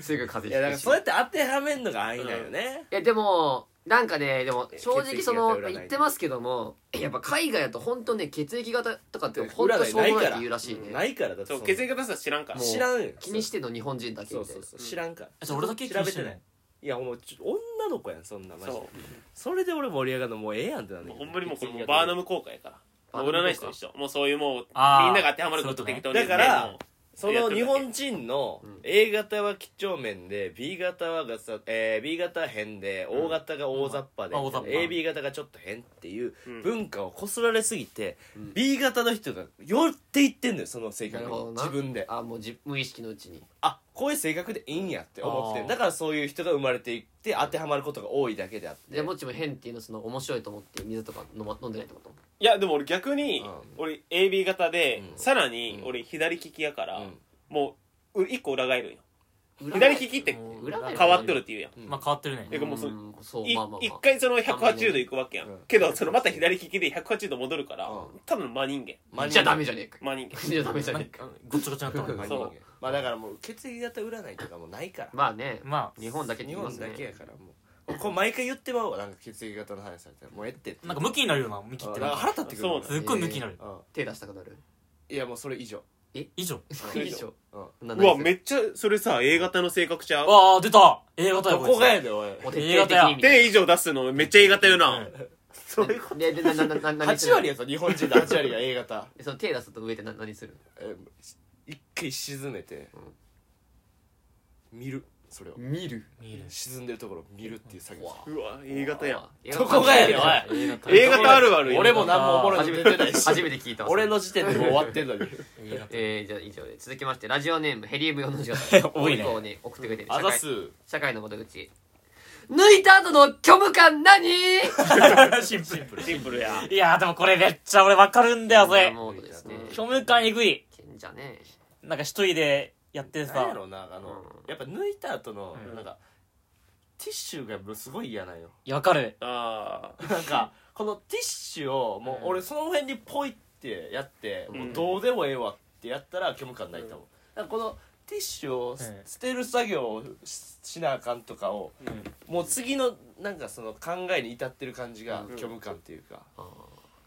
Speaker 4: すぐ風
Speaker 5: いやだか
Speaker 4: 邪ひ
Speaker 5: ら
Speaker 4: くし
Speaker 5: そうやって当てはめんのが安易だよね、
Speaker 4: いやでもなんかねでも正
Speaker 5: 血液
Speaker 4: 直
Speaker 5: 型
Speaker 4: その
Speaker 5: 占い
Speaker 4: 言ってますけどもやっぱ海外だと本当ね血液型とかって本当
Speaker 5: 占い
Speaker 4: しょう
Speaker 5: な
Speaker 4: も
Speaker 5: い
Speaker 4: ない
Speaker 5: か
Speaker 4: って
Speaker 5: ら
Speaker 4: 言うらしいね
Speaker 5: ないからだって
Speaker 2: そ
Speaker 5: そうう
Speaker 2: 血液型さ知らんから
Speaker 4: もう
Speaker 5: 知らんよ
Speaker 4: 気にしてんの日本人だけ
Speaker 5: そ
Speaker 4: み
Speaker 5: う
Speaker 4: たい
Speaker 5: そ
Speaker 4: な
Speaker 5: うそう知らんから
Speaker 3: えじゃあ俺だけ気
Speaker 5: 調
Speaker 3: に
Speaker 5: べ
Speaker 3: して
Speaker 5: て
Speaker 3: な
Speaker 5: ないいいやもうちょ女の子やんそんなマジで
Speaker 2: そ
Speaker 5: それで俺盛り上がるのもうええやんってなる
Speaker 2: うもうほんまにもうこれもうバーナム効果やからもう
Speaker 4: バーナ
Speaker 2: 占い
Speaker 4: ム
Speaker 2: 師
Speaker 4: 効
Speaker 2: と
Speaker 4: 果
Speaker 2: 一緒もうそういうもうみん
Speaker 3: あー
Speaker 2: なが当てはまること
Speaker 3: そうい
Speaker 2: 適当
Speaker 3: うこ
Speaker 2: に
Speaker 5: だから
Speaker 2: もう
Speaker 5: その日本人の A 型は几帳面で B 型はガサ、えー B 型は変で O 型が大雑把で、
Speaker 3: うんあ大雑把
Speaker 5: AB 型がちょっと変っていう
Speaker 2: うん
Speaker 5: 文化をこすられすぎて、B 型の人が寄っていってんのよその性
Speaker 4: なる
Speaker 5: 格
Speaker 4: ほど
Speaker 5: に
Speaker 4: な
Speaker 5: 自分で
Speaker 4: あもうじ無意識のうちに
Speaker 5: あこういう性格でいいんやって思って
Speaker 3: あ
Speaker 5: る
Speaker 3: ー
Speaker 5: だからそういう人が生まれていって当てはまることが多いだけであって
Speaker 4: じゃあもっちも変っていうのその面白いと思って水とか飲,、ま、飲んでないってこと
Speaker 2: いやでも俺逆に俺 AB 型で
Speaker 5: うん
Speaker 2: さらに俺左利きやから
Speaker 5: うん
Speaker 2: もうう一個裏返るんよ
Speaker 4: 裏返
Speaker 2: 左利きって
Speaker 4: 裏返る
Speaker 2: 変わっとるって言うやん
Speaker 5: うん
Speaker 3: まあ変わってるね
Speaker 2: てかもうそ
Speaker 4: んそう
Speaker 2: い
Speaker 4: まあまあ
Speaker 2: 一
Speaker 4: まあ
Speaker 2: 回その180度行くわけや
Speaker 5: うんん
Speaker 2: けどそのまた左利きで180度戻るから
Speaker 5: うん
Speaker 2: 多分真人間
Speaker 5: 真人
Speaker 4: じゃあダメじゃねえか
Speaker 2: 真人間
Speaker 4: じゃあダメじゃ
Speaker 3: な
Speaker 4: ね
Speaker 3: ん
Speaker 4: え
Speaker 3: か
Speaker 4: か
Speaker 3: ごちゃごちゃになった
Speaker 5: 真 <laughs>
Speaker 3: わ
Speaker 5: 人間
Speaker 2: そう
Speaker 5: まあだからもう血液型占いとかもないから
Speaker 4: まあね
Speaker 3: ま
Speaker 4: 日本だけって
Speaker 5: 日
Speaker 4: 言いま
Speaker 5: 本
Speaker 4: す
Speaker 5: だ
Speaker 4: ね
Speaker 5: けやからもうこれ毎回言ってまおうわなんか血液型の話されたらもうええって
Speaker 3: あなんかムキになるよなミキ
Speaker 5: あ
Speaker 3: っ
Speaker 5: な
Speaker 3: て
Speaker 5: ん
Speaker 3: な
Speaker 5: か
Speaker 3: んか
Speaker 5: 腹立ってくるもん
Speaker 2: そ
Speaker 3: すっごいムキになる
Speaker 5: うん
Speaker 4: 手出したくなる
Speaker 5: いやもうそれ以上
Speaker 3: 以上
Speaker 4: 以上
Speaker 5: うん
Speaker 2: うわめっちゃそれさ A 型の性格ちゃう
Speaker 3: ああ出た A 型や
Speaker 5: どこが
Speaker 3: い
Speaker 5: やでおい
Speaker 4: もう徹底的にみたい
Speaker 2: 手以上出すのめっちゃ A 型よな
Speaker 5: それ
Speaker 4: なででなななな何す
Speaker 5: 8
Speaker 4: る
Speaker 5: 割やぞ日本人の8割が A 型
Speaker 4: その手出すと上ってな何する
Speaker 5: え一回沈めて見るそれを
Speaker 4: 見る
Speaker 3: 見える <laughs>
Speaker 5: 沈んでるところを見るっていう作業
Speaker 2: うわ A 型やん
Speaker 5: どこがやねんおい
Speaker 2: A 型あるあるやん
Speaker 5: 俺も何もおもろい
Speaker 4: 初
Speaker 5: の
Speaker 4: め
Speaker 5: 出
Speaker 4: て
Speaker 5: てないし
Speaker 4: 初めて聞いたわ
Speaker 5: 俺の時点でもう終わってんのに
Speaker 3: A 型
Speaker 4: えー、じゃあ以上で続きましてラジオネームヘリウム40
Speaker 5: <laughs>
Speaker 4: さん
Speaker 3: 多いね
Speaker 4: こうね送ってくれてる
Speaker 5: あ
Speaker 4: 社
Speaker 5: ざ
Speaker 4: 会
Speaker 5: す
Speaker 4: 社会の窓口抜いた後の虚無感何
Speaker 3: シンプル
Speaker 2: シンプルや
Speaker 3: いやーでもこれめっちゃ俺わかるんだよそれ
Speaker 4: モードですね
Speaker 3: 虚無感えぐい
Speaker 4: けんじゃね
Speaker 3: なんか一人でやって
Speaker 5: なんや
Speaker 3: さ
Speaker 5: ろうなあの
Speaker 4: う
Speaker 5: やっぱ抜いた後の
Speaker 3: うん
Speaker 5: なんかティッシュがすごい嫌なんよ
Speaker 3: いやわかる
Speaker 2: ああ
Speaker 5: なんかこのティッシュをもう
Speaker 3: うん
Speaker 5: 俺その辺にポイってやってもうんうどうでもええわってやったら虚無感ないと思うだからこのティッシュを
Speaker 3: うん
Speaker 5: 捨てる作業をししなあかんとかをもう次のなんかその考えに至ってる感じが
Speaker 2: うん
Speaker 5: 虚無感っていうか
Speaker 4: あ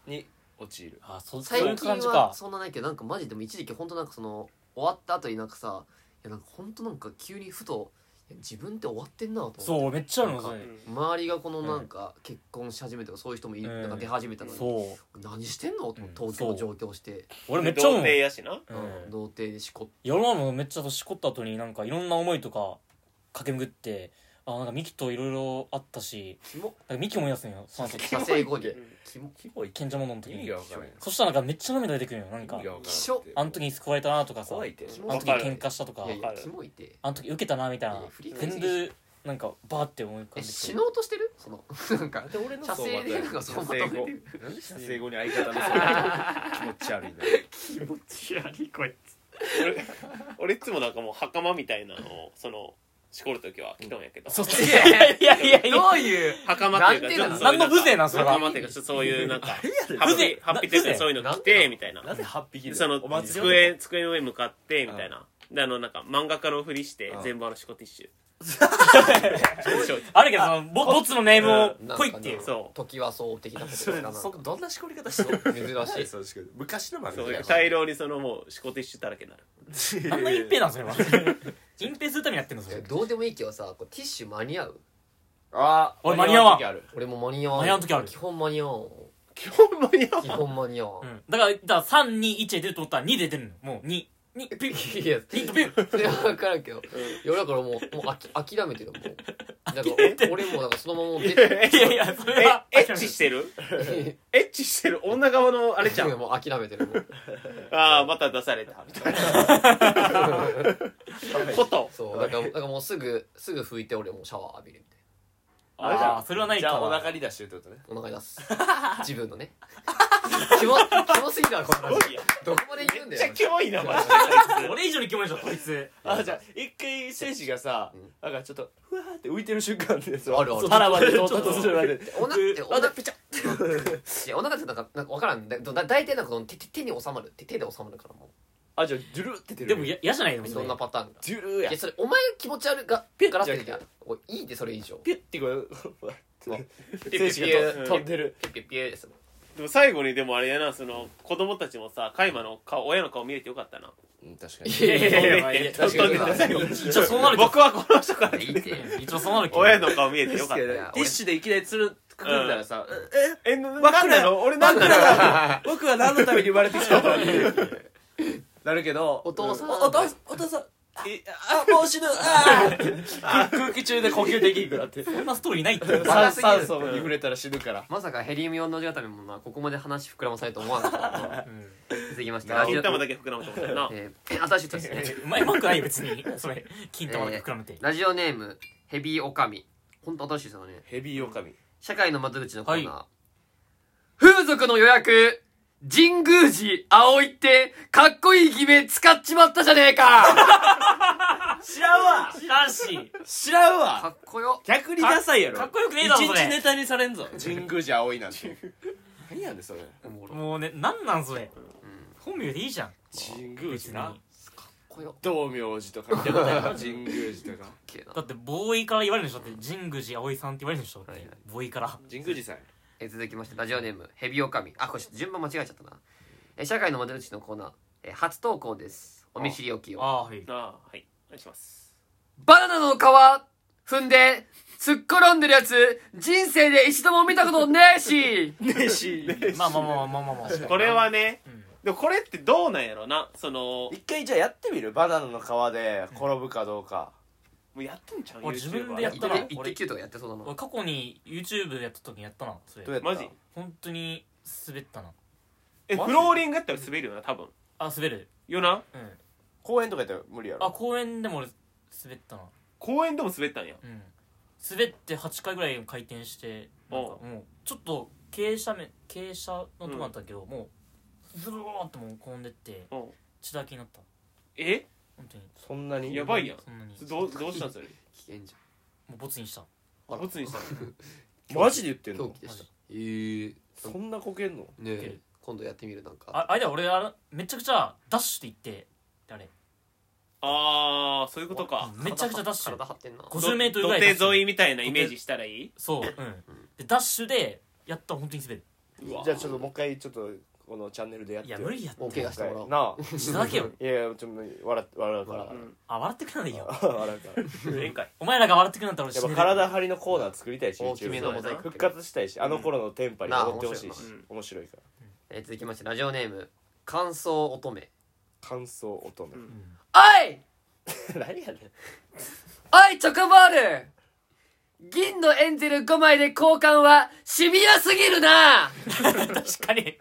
Speaker 4: ー
Speaker 5: に陥る
Speaker 3: あそそうい
Speaker 4: 最
Speaker 3: う感
Speaker 4: 近
Speaker 3: じ
Speaker 4: は
Speaker 3: か
Speaker 4: そんなないけどなんかマジでも一時期本当なんかその終わった後になんかさいやなんか本当なんか急にふといや自分って終わってんなと思って
Speaker 3: そうめっちゃあるのそれ
Speaker 4: 周りがこのなんか結婚し始めとかそういう人もい
Speaker 3: うん
Speaker 4: なんか出始めたのに
Speaker 3: そう
Speaker 4: 何してんのと思って
Speaker 3: うん
Speaker 4: 東京
Speaker 3: そ
Speaker 4: 上京して
Speaker 3: 俺めっちゃ
Speaker 2: 童
Speaker 3: 思う
Speaker 2: 貞やしな
Speaker 3: うん
Speaker 4: 童貞でしこ
Speaker 3: 世のもめっちゃしこった後になんかいろんな思いとか駆け巡ってあなんかミキといろいろあったし
Speaker 4: キモ
Speaker 3: なんかミキ思い出すんよその後
Speaker 4: 火星後に
Speaker 2: うん
Speaker 4: キモ
Speaker 5: キモい
Speaker 3: 賢者モードの時
Speaker 5: 意味
Speaker 3: に
Speaker 5: が分からんよ
Speaker 3: そしたらなんかめっちゃ涙出てくるよなん
Speaker 5: 意
Speaker 3: か
Speaker 5: 味が分からん
Speaker 4: 気象
Speaker 5: って
Speaker 3: あの時に救われたなとかさ
Speaker 5: 怖いって
Speaker 4: キ
Speaker 3: あ
Speaker 4: モ
Speaker 3: の
Speaker 4: い
Speaker 3: 時
Speaker 4: て
Speaker 2: わかる
Speaker 3: 喧嘩したとか
Speaker 4: いやいや
Speaker 2: わかる
Speaker 4: キモいて
Speaker 3: あの時受けたなみたいない
Speaker 4: や振り返りす
Speaker 3: 全
Speaker 4: ぎ
Speaker 3: 部なんかバーって思い浮かん
Speaker 4: え
Speaker 3: で
Speaker 4: 死
Speaker 3: くる
Speaker 4: のうとしてるその <laughs> なんか
Speaker 5: で俺の
Speaker 4: 射精でなんかそうまとめてる
Speaker 5: なんで射精後に相方の <laughs> そう気持ち悪いんだよ
Speaker 2: 俺俺いつもなんかもう袴みたいなのをそのしこる時は着とんやけど、
Speaker 5: っち
Speaker 3: いやいやいやいや
Speaker 4: どういう
Speaker 2: 袴っていうか
Speaker 4: なんでなの
Speaker 2: ちょっとそういう
Speaker 3: 何の風情なんそれは
Speaker 2: 袴っていうかちょっとそうい
Speaker 5: <laughs>
Speaker 2: うなんかハ
Speaker 5: や
Speaker 2: ッピ
Speaker 3: 風
Speaker 2: ー
Speaker 3: 情
Speaker 2: ハッピーテスト
Speaker 3: 風
Speaker 2: で
Speaker 3: 情
Speaker 2: そういうの着てみたいな
Speaker 5: なぜ8匹
Speaker 2: で
Speaker 5: で
Speaker 2: その
Speaker 5: お祭り男
Speaker 2: 机机の上向かってみたいな、であのなんか漫画家のふりして
Speaker 5: うん
Speaker 2: 全部あのしこティッシュ
Speaker 3: あるけどそのボボツのネーム
Speaker 4: な
Speaker 3: を
Speaker 4: ん
Speaker 3: ぽ
Speaker 4: か
Speaker 3: い
Speaker 4: ね
Speaker 3: っていう
Speaker 2: そ
Speaker 4: 時はそう的なことですかなんか
Speaker 5: そどんなしこり方してる
Speaker 4: 珍しい
Speaker 5: そうし昔の漫
Speaker 2: そう
Speaker 5: 画
Speaker 2: 大量にそのもうしこティッシュだらけになる
Speaker 3: 何の隠蔽なんそれは隠蔽するためにやってんのそ
Speaker 4: いや
Speaker 3: れ
Speaker 4: どうでもいいけどさこうティッシュ間に合う
Speaker 5: あ
Speaker 3: 俺間に合わん
Speaker 5: ん
Speaker 4: 俺も間に合わん
Speaker 3: 間に合う時ある
Speaker 4: 基本間に合わん
Speaker 2: 基本間に合
Speaker 4: 基本間に合わ
Speaker 3: うんんだからだから321で出ると思ったら2で出るのよもう2にピュ
Speaker 4: いや
Speaker 3: ピュピュ
Speaker 4: それは分からんけどいやだからもうもうあき諦めてるもうだから俺もなんかそのまま出て
Speaker 2: え
Speaker 3: <laughs> いやいや、それは。
Speaker 2: エッチしてるエッチしてる女側のあれちゃ
Speaker 4: いや
Speaker 2: ん
Speaker 4: <laughs> もう諦めてるもう
Speaker 2: ああまた出されたみたいなこと
Speaker 4: そうだからだからもうすぐすぐ拭いて俺もうシャワー浴びるみたい
Speaker 5: あれじゃ
Speaker 3: あーそれはない
Speaker 5: じ
Speaker 3: か
Speaker 5: ゃあお腹に出してるってことね
Speaker 4: なお腹出す自分のねキモキモすぎるわこの話
Speaker 2: いや
Speaker 4: どこまで言うん
Speaker 2: めっち
Speaker 4: だ
Speaker 2: ゃ
Speaker 4: よ
Speaker 2: キモいなマジで
Speaker 3: 俺以上に気持ちよ、こいつ。
Speaker 5: あじゃあ一回精子がさ
Speaker 4: うん
Speaker 5: なんかちょっとふわーって浮いてる瞬間で
Speaker 4: あるある
Speaker 5: さらばで到達するまで
Speaker 4: おなえおな
Speaker 5: あでピチャッ
Speaker 4: いやお腹ってなんかなんか分からんだだ大体なんかその手手手に収まる手手で収まるからも
Speaker 5: あじゃあジュルって出る
Speaker 3: でも、や嫌じゃないの
Speaker 4: う
Speaker 3: そ
Speaker 4: そん
Speaker 3: れ
Speaker 4: なパターンが
Speaker 5: ジュルや
Speaker 4: いやそれお前が気持ち悪がピュッからって
Speaker 5: じ
Speaker 4: じ
Speaker 5: ゃ
Speaker 4: ゃ
Speaker 5: ん
Speaker 4: んおいいいでそれ以上
Speaker 5: ピュッてこ <laughs> う
Speaker 4: あ
Speaker 5: 精子が飛ん飛んでる
Speaker 4: ピュッピュッピュッです
Speaker 2: でも最後にでもあれやなその子供たちもさカイマの顔親の顔見れてよかったな
Speaker 5: うん確か
Speaker 4: いやいやいや
Speaker 3: いやいや
Speaker 2: 飛んでって
Speaker 4: 確かに
Speaker 2: 最後
Speaker 3: 一応そうなるけど。
Speaker 2: 僕はこの人から
Speaker 4: いいって
Speaker 3: 一応そうなるけど。
Speaker 2: 親の顔見えてよ
Speaker 5: 確
Speaker 2: かっ
Speaker 5: か
Speaker 2: た
Speaker 5: に
Speaker 2: よ
Speaker 5: ティッシュでいきなりつるくるんだらさ
Speaker 2: えななんなの俺なんなの
Speaker 5: 僕は何のために生まれてきたの <laughs> なるけど
Speaker 4: お父さん
Speaker 5: うお父さんお父さんえあもう死ぬあー空気中で呼吸できんくなって
Speaker 3: そんなストーリーないって
Speaker 5: 酸酸素に触れたら死ぬから
Speaker 4: まさかヘリウム4の字固めもなここまで話膨らまされると思わなかったな続きましてラジ
Speaker 2: 金
Speaker 4: オ
Speaker 2: 玉だけ膨らむと思ったよな
Speaker 4: えー、新しい人ですね
Speaker 3: <laughs> うまいうまくない別にそれ金玉で膨らめて
Speaker 4: ラジオネームヘビーオカミ本当新しい人だね
Speaker 5: ヘビーオカミ
Speaker 4: 社会の窓口のコーナー、風俗の予約神宮寺葵ってかっこいい決め使っちまったじゃねえか
Speaker 5: 知らんわ
Speaker 3: 知らんし
Speaker 5: 知らん
Speaker 4: か
Speaker 5: わ
Speaker 4: っこよ
Speaker 5: 逆にダサいやろ
Speaker 3: かっこよくねえだろそ
Speaker 5: 一日ネ
Speaker 3: れ
Speaker 5: タにされんぞ神宮寺葵なんて何やねんそれ
Speaker 3: もうねなんなんそれ本名でいいじゃん
Speaker 5: 神宮
Speaker 3: 別に
Speaker 5: 寺な
Speaker 3: だ
Speaker 4: こよ
Speaker 5: 道明寺とかみたいな神宮寺とか
Speaker 4: っけえな
Speaker 3: ってボーイから言われるんでしょだって神宮寺葵さんって言われるんでしょだって
Speaker 4: はいはい
Speaker 3: ボーイから
Speaker 5: 神宮寺さん
Speaker 4: えー続きましてラジオネームヘビオカミあこれちょっと順番間違えちゃったな、えー社会の窓口のコーナー、えー初投稿ですお見知りおき
Speaker 3: あ
Speaker 4: を
Speaker 3: あはい
Speaker 2: ああはいお願いします
Speaker 4: バナナの皮踏んですっ転んでるやつ人生で一度も見たことねえし
Speaker 5: ねし
Speaker 3: まあまあまあまあまあまあまあ
Speaker 2: これはね
Speaker 3: うん
Speaker 2: でもこれってどうなんやろなその
Speaker 5: <laughs> 一回じゃあやってみるバナナの皮で転ぶかどうか
Speaker 2: もうやってんじゃん
Speaker 3: 俺
Speaker 2: YouTuber
Speaker 3: 自分でやっ
Speaker 4: 一
Speaker 3: たな
Speaker 4: 滴一滴九とかやってそうだな
Speaker 3: 俺過去に YouTube でやった時にやったなそれ
Speaker 5: どうやった
Speaker 2: マジ
Speaker 3: 本当に滑ったな
Speaker 2: え
Speaker 5: マジ
Speaker 2: フローリングやったら滑るよな多分
Speaker 3: あ滑る
Speaker 2: よな
Speaker 3: うん
Speaker 5: 公園とかやったら無理やろ
Speaker 3: あ公園でも俺滑ったな
Speaker 2: 公園でも滑ったんや
Speaker 3: うん滑って8回ぐらい回転してなんか
Speaker 2: おう
Speaker 3: もうちょっと傾斜面傾斜のとこだったけど、もうズルーってもう転んでって
Speaker 2: うん
Speaker 3: 血だらけになった
Speaker 2: え
Speaker 3: 本当に
Speaker 5: そんなに
Speaker 2: やばいやん
Speaker 3: そんなにも
Speaker 2: どうどうしたんそれ
Speaker 4: 危険じ
Speaker 3: うボツにした
Speaker 2: ボツにしたの
Speaker 5: マジで言って
Speaker 4: ゃ
Speaker 5: ん
Speaker 4: ん狂
Speaker 5: の
Speaker 4: 気でした
Speaker 3: マ
Speaker 4: えー、
Speaker 5: そんなこけんの
Speaker 4: ね
Speaker 3: け
Speaker 4: え
Speaker 3: る
Speaker 4: 今度やってみるなんか
Speaker 3: ああれだよ俺あれめちゃくちゃダッシュって言ってあれ
Speaker 2: ああそういうことか
Speaker 3: めちゃくちゃダッシ
Speaker 4: 体
Speaker 3: ュ
Speaker 4: 張ってんな
Speaker 3: 50メートルぐらいダッシュ
Speaker 2: 土手沿いみたいなイメージしたらいい
Speaker 3: そううんでダッシュでやったら本当に滑る
Speaker 2: うわ
Speaker 5: じゃあちょっともう一回ちょっとこのチャンネルでやっ
Speaker 3: い
Speaker 5: てよ
Speaker 3: や無理やって
Speaker 4: もう怪我してもらおう
Speaker 5: なあ
Speaker 3: <laughs> 血だらけよ
Speaker 5: いやいやちょっと笑って笑うから
Speaker 2: う
Speaker 5: 笑
Speaker 2: ん
Speaker 3: あ笑ってくれないよ
Speaker 5: うからや
Speaker 2: 前回
Speaker 3: お前らが笑ってくれなんだったら
Speaker 5: っぱ
Speaker 3: 俺死ねる
Speaker 5: 体張りのコーナー作りたいし
Speaker 4: 大きめ
Speaker 5: YouTube
Speaker 4: の
Speaker 5: の
Speaker 4: モザイク
Speaker 5: 復活したいしあの頃のテンパに
Speaker 4: なあ
Speaker 5: 戻ってほしいし
Speaker 2: 面
Speaker 5: 面白いから
Speaker 4: えー続きましてラジオネーム感想乙女
Speaker 5: 感想乙女
Speaker 2: うん
Speaker 4: おい
Speaker 5: <laughs> 何やねん
Speaker 4: おいチョコボール銀のエンゼル5枚で交換はシビアすぎるな
Speaker 3: 確かに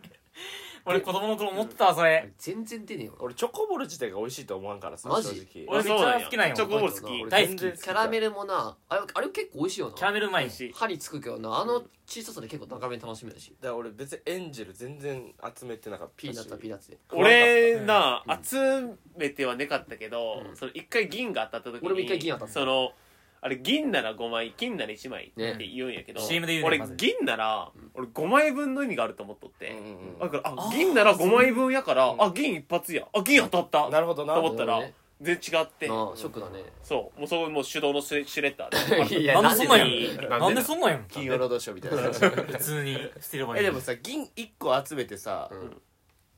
Speaker 3: 俺子供の頃思ってたわそれ
Speaker 4: 全然出ねえわ
Speaker 5: 俺チョコボール自体が美味しいと思わんからさ
Speaker 4: マ
Speaker 5: 正
Speaker 4: ジ
Speaker 5: 直
Speaker 3: 俺めっちゃ好きなんよ
Speaker 2: チョコボール好き
Speaker 4: 俺
Speaker 3: 大好
Speaker 5: 全
Speaker 3: き
Speaker 5: 然
Speaker 4: キャラメルもなあれあれ結構美味しいよ
Speaker 3: キャラ
Speaker 4: な
Speaker 3: メルうまいし
Speaker 2: し
Speaker 4: 歯につくけどなあの小ささで結構長めに楽しめるし
Speaker 5: だから俺別にエンジェル全然集めてなかったし
Speaker 4: ピーナッツはピーナッツで
Speaker 2: 俺
Speaker 3: うん
Speaker 2: な集めてはねかったけど
Speaker 4: うん
Speaker 2: その一回銀が当たった時に
Speaker 4: 俺も一回銀当たった
Speaker 2: そのあれ銀なら5枚金なら1枚って言うんやけど
Speaker 3: ね CM で言うね
Speaker 2: 俺
Speaker 3: まず
Speaker 2: 銀なら俺5枚分の意味があると思っとっ
Speaker 5: うん
Speaker 2: て
Speaker 5: うん
Speaker 2: だからあ
Speaker 3: あー
Speaker 2: 銀なら5枚分やから
Speaker 5: うん
Speaker 2: あ銀一発やあ銀当た
Speaker 5: う
Speaker 2: っ
Speaker 5: ん
Speaker 2: た
Speaker 5: なるほどな
Speaker 2: <laughs> と思ったら
Speaker 4: なる
Speaker 2: 全然違って
Speaker 4: なあショックだね
Speaker 2: そうもうそこもう手動のシュシュレッダーで
Speaker 4: <laughs> い
Speaker 3: なんでそんなんや
Speaker 2: なん
Speaker 3: んなんでそんなんやん
Speaker 5: 金曜ロードショーみたいな
Speaker 3: 普通に捨てればいい
Speaker 5: えでもさ銀1個集めてさ、
Speaker 4: うん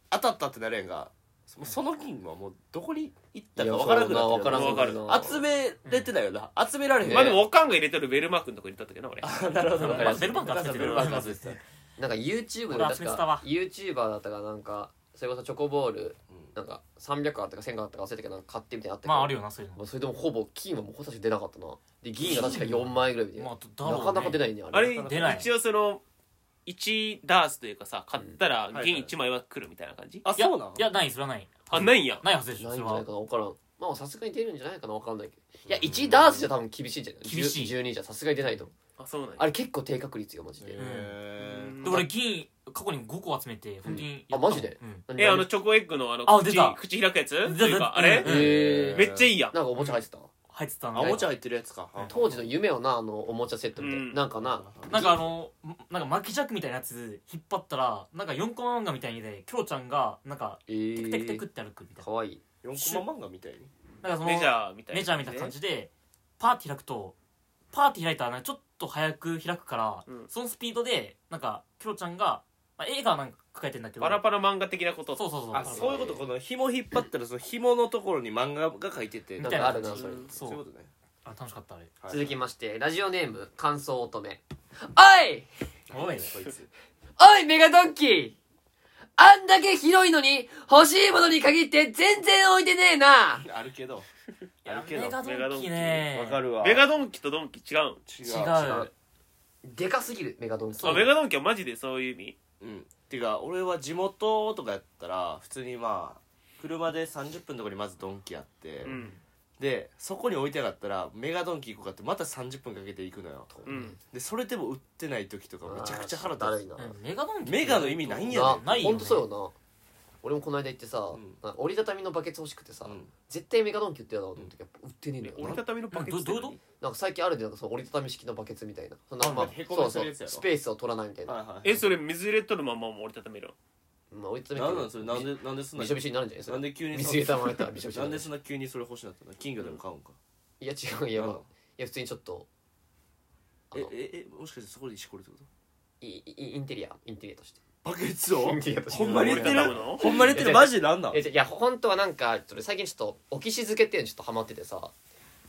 Speaker 5: 当たったってなれんがそその銀はもうどこに行った
Speaker 4: いや
Speaker 5: か分からなくなって
Speaker 4: わからん
Speaker 2: わ
Speaker 4: わ
Speaker 2: か
Speaker 4: か
Speaker 2: る
Speaker 4: る
Speaker 5: 集めれてないよな、集められへん
Speaker 2: まあでもおかんが入れてるベルマークのとこ入れとったけど俺
Speaker 5: なるほど
Speaker 3: まあベルバンク集めてる
Speaker 5: ベルバンク集めてた
Speaker 4: なんか YouTube で
Speaker 3: 俺集
Speaker 4: 確
Speaker 3: めてた
Speaker 4: か
Speaker 3: わ
Speaker 4: YouTuber だったかなんかそれこそチョコボール
Speaker 5: うん
Speaker 4: なんか300個あったか1000個あったか忘れたけどなんか買ってみたいなのあったけど
Speaker 3: まああるよなそういう
Speaker 4: まあそれでもほぼ金はもうほとんど出なかったなで銀が確か4枚ぐらいみたい
Speaker 3: の
Speaker 4: な
Speaker 3: まあだ
Speaker 4: なかなか出ないいねあ
Speaker 2: あ
Speaker 4: れ
Speaker 2: れ
Speaker 3: 出ない
Speaker 2: 一応その1ダースというかさ買ったら
Speaker 5: はい
Speaker 2: 銀1枚は来るみたいな感じ
Speaker 5: あ
Speaker 3: いや
Speaker 5: そうなの
Speaker 3: いやないそれはない
Speaker 2: あないんや
Speaker 3: ないはずでしょ
Speaker 4: ない
Speaker 3: そ
Speaker 4: んじ
Speaker 3: れは
Speaker 4: ゃな
Speaker 3: い
Speaker 4: かな分からんまあさすがに出るんじゃないかな分かんないけどいや1ダースじゃ多分厳しいんじゃない
Speaker 3: 厳しい
Speaker 4: 10 12じゃさすがに出ないと思う
Speaker 2: あそうなんや
Speaker 4: あれ結構低確率よマジで
Speaker 5: へー
Speaker 3: で俺銀過去に5個集めて本当に
Speaker 4: あマジで
Speaker 3: うん
Speaker 4: 何
Speaker 2: えあ
Speaker 4: 何
Speaker 2: のチョコエッグのあの
Speaker 3: あ
Speaker 2: 口
Speaker 3: 出た
Speaker 2: 口開くやつ
Speaker 3: 出た
Speaker 2: というかあれ
Speaker 3: 出
Speaker 4: えー
Speaker 2: めっちゃいいやん
Speaker 4: なんかおもちゃ入ってた
Speaker 3: 入ってた
Speaker 5: あ
Speaker 3: の
Speaker 5: おもちゃ入ってるやつか、
Speaker 3: うん
Speaker 4: 当時の夢をなあのおもちゃセットみたいな、
Speaker 2: うん
Speaker 4: なんかな
Speaker 3: なんかあのなんか巻き尺みたいなやつ引っ張ったらなんか4コマ漫画みたいにでキョロちゃんがなんか
Speaker 4: え
Speaker 3: テクテクテクっ
Speaker 4: ー、
Speaker 3: て歩くみたい
Speaker 4: かわいい
Speaker 5: 4コマ漫画みたいに
Speaker 3: ななんかその
Speaker 2: メジャーみたいな
Speaker 3: メジャーみたいな感じでパーって開くとパーって開いたらなんかちょっと早く開くから、
Speaker 2: うん
Speaker 3: そのスピードでなんかキョロちゃんが、まあ、映画はなんか抱えてんだけど
Speaker 2: パラパラ漫画的なこと
Speaker 3: そうそうそう
Speaker 5: あそういうことこの紐引っ張ったらその紐のところに漫画が書いてて
Speaker 3: み
Speaker 4: な
Speaker 3: た
Speaker 4: ん
Speaker 3: い
Speaker 4: かあ
Speaker 3: 感
Speaker 4: る
Speaker 3: じ
Speaker 4: なそれ
Speaker 2: うん
Speaker 5: そういうことね、
Speaker 3: あ楽しかったあれ
Speaker 5: はい
Speaker 4: 続きましてラジオネーム感想乙女おい
Speaker 3: おい
Speaker 4: おいメガドンキーあんだけ広いのに、欲しいものに限って全然置いてねえな。
Speaker 5: あるけどあるけ
Speaker 3: メ
Speaker 5: ど
Speaker 3: ガド
Speaker 2: メガ
Speaker 3: ン
Speaker 2: ドン
Speaker 3: キ
Speaker 2: キ
Speaker 3: ね
Speaker 5: わかるわ
Speaker 2: メガドンキとドンキ違うん
Speaker 5: 違
Speaker 3: 違う
Speaker 4: うでかすぎる、メガドンキ。
Speaker 2: あメガドンキはマジでそういう意味
Speaker 5: うんてか俺は地元とかやったら普通にまあ車で30分のとこにまずドンキあって、
Speaker 2: うん
Speaker 5: でそこに置いてなかったらメガドンキ行こうかってまた30分かけて行くのよ
Speaker 2: うん
Speaker 5: でそれでも売ってない時とかめちゃくちゃ腹
Speaker 4: だるい
Speaker 5: 立
Speaker 4: な。
Speaker 3: うんメガドンキ
Speaker 5: メガの意味ないんや
Speaker 4: な
Speaker 5: ね
Speaker 3: ないよね
Speaker 4: ほんとそうよな。俺もこの間行ってさ
Speaker 5: ん、
Speaker 4: なんか折りたたみのバケツ欲しくてさ
Speaker 5: うん、
Speaker 4: 絶対メガドンキ売ってるなと思ったけど、やっぱ売ってねえんだよな。
Speaker 2: 折りたたみのパケ
Speaker 3: ど
Speaker 2: ツ
Speaker 3: どういうこと
Speaker 4: なんか最近あるでなんかその折りたたみ式のバケツみたいなそのなんか
Speaker 5: あ
Speaker 4: まあ
Speaker 5: へこ
Speaker 4: そ
Speaker 5: ま
Speaker 4: う
Speaker 5: せ
Speaker 4: そ
Speaker 5: るや
Speaker 4: う
Speaker 5: つやろ
Speaker 4: スペースを取らないみたいな、
Speaker 5: はいはい
Speaker 2: えそれ水入れとるままも折りたためる
Speaker 4: まあ折りたたみ
Speaker 5: なんなん
Speaker 4: っ
Speaker 5: そ
Speaker 4: て
Speaker 5: れなんでなんですんな
Speaker 4: びしょびしょになるんじゃないそ
Speaker 5: な
Speaker 4: れ
Speaker 5: んで急に
Speaker 4: 水入れたままやったらびしょびしょ
Speaker 5: なん
Speaker 4: に
Speaker 5: で
Speaker 4: なる
Speaker 5: そんな急にそれ欲しなったの金魚でも買うんか、
Speaker 4: いや違ういやまあ
Speaker 5: なん
Speaker 4: い
Speaker 5: だ
Speaker 4: や普通にちょっとあ
Speaker 5: え
Speaker 4: の
Speaker 5: ええもしかしてそこで石こるってこと
Speaker 4: いいいインテリアインテリアとして
Speaker 5: バケツを
Speaker 4: インテリアとして
Speaker 5: ほんまに言って
Speaker 2: 折りたた
Speaker 5: る
Speaker 2: むの
Speaker 5: ほんまに言って
Speaker 4: い
Speaker 5: る
Speaker 4: や
Speaker 5: マジでなんなん
Speaker 4: えじゃいや本当はなんかそれ最近ちょっとオキシ漬けっていうのちょっとハマっててさ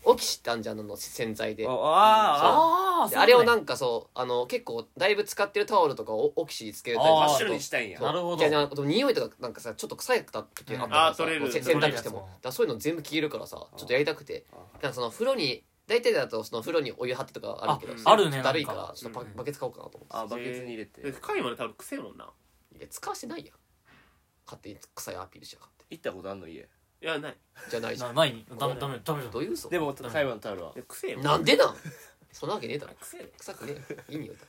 Speaker 4: オキシってあんじゃんあの洗剤で
Speaker 5: あああ
Speaker 3: ああ
Speaker 4: であれをなんんかそうあの結構だいぶ使ってるタオルとかをオキシにつけると
Speaker 3: あー
Speaker 4: 真っ白
Speaker 5: 白
Speaker 4: に
Speaker 5: にしたいんや
Speaker 3: なるほど
Speaker 4: いやなんかでも匂いとかなんかさちょっと臭いった時あったからさ、
Speaker 2: うんあー取れる
Speaker 4: もうせ洗
Speaker 3: 取れる
Speaker 4: 濯しても
Speaker 3: やつも
Speaker 4: だからそういうの全部消えるからさちょっとやりたくて
Speaker 5: あ
Speaker 4: だからその風呂に大体だとその風呂にお湯張ってとかあるけど
Speaker 2: あ
Speaker 4: そう
Speaker 3: あるね
Speaker 4: だるい
Speaker 3: な
Speaker 4: か
Speaker 3: んから
Speaker 4: ちょっとバ,、
Speaker 2: うん
Speaker 4: バケツ買おうかなと思っ
Speaker 5: あバケツに入れて
Speaker 2: で深いまで多分臭いもんな
Speaker 4: ていや使わしてないやん勝手に臭いアピールしやがって
Speaker 5: 行ったことあんの家
Speaker 2: いやない
Speaker 4: じゃないじゃ
Speaker 3: なんないダメダメダメじゃん
Speaker 4: どういう嘘
Speaker 5: でも会話のタオルはい
Speaker 2: や臭いもん
Speaker 4: なんでなんそんなわけねえだろ
Speaker 2: 臭いよ
Speaker 4: 臭くねえよいい匂いだ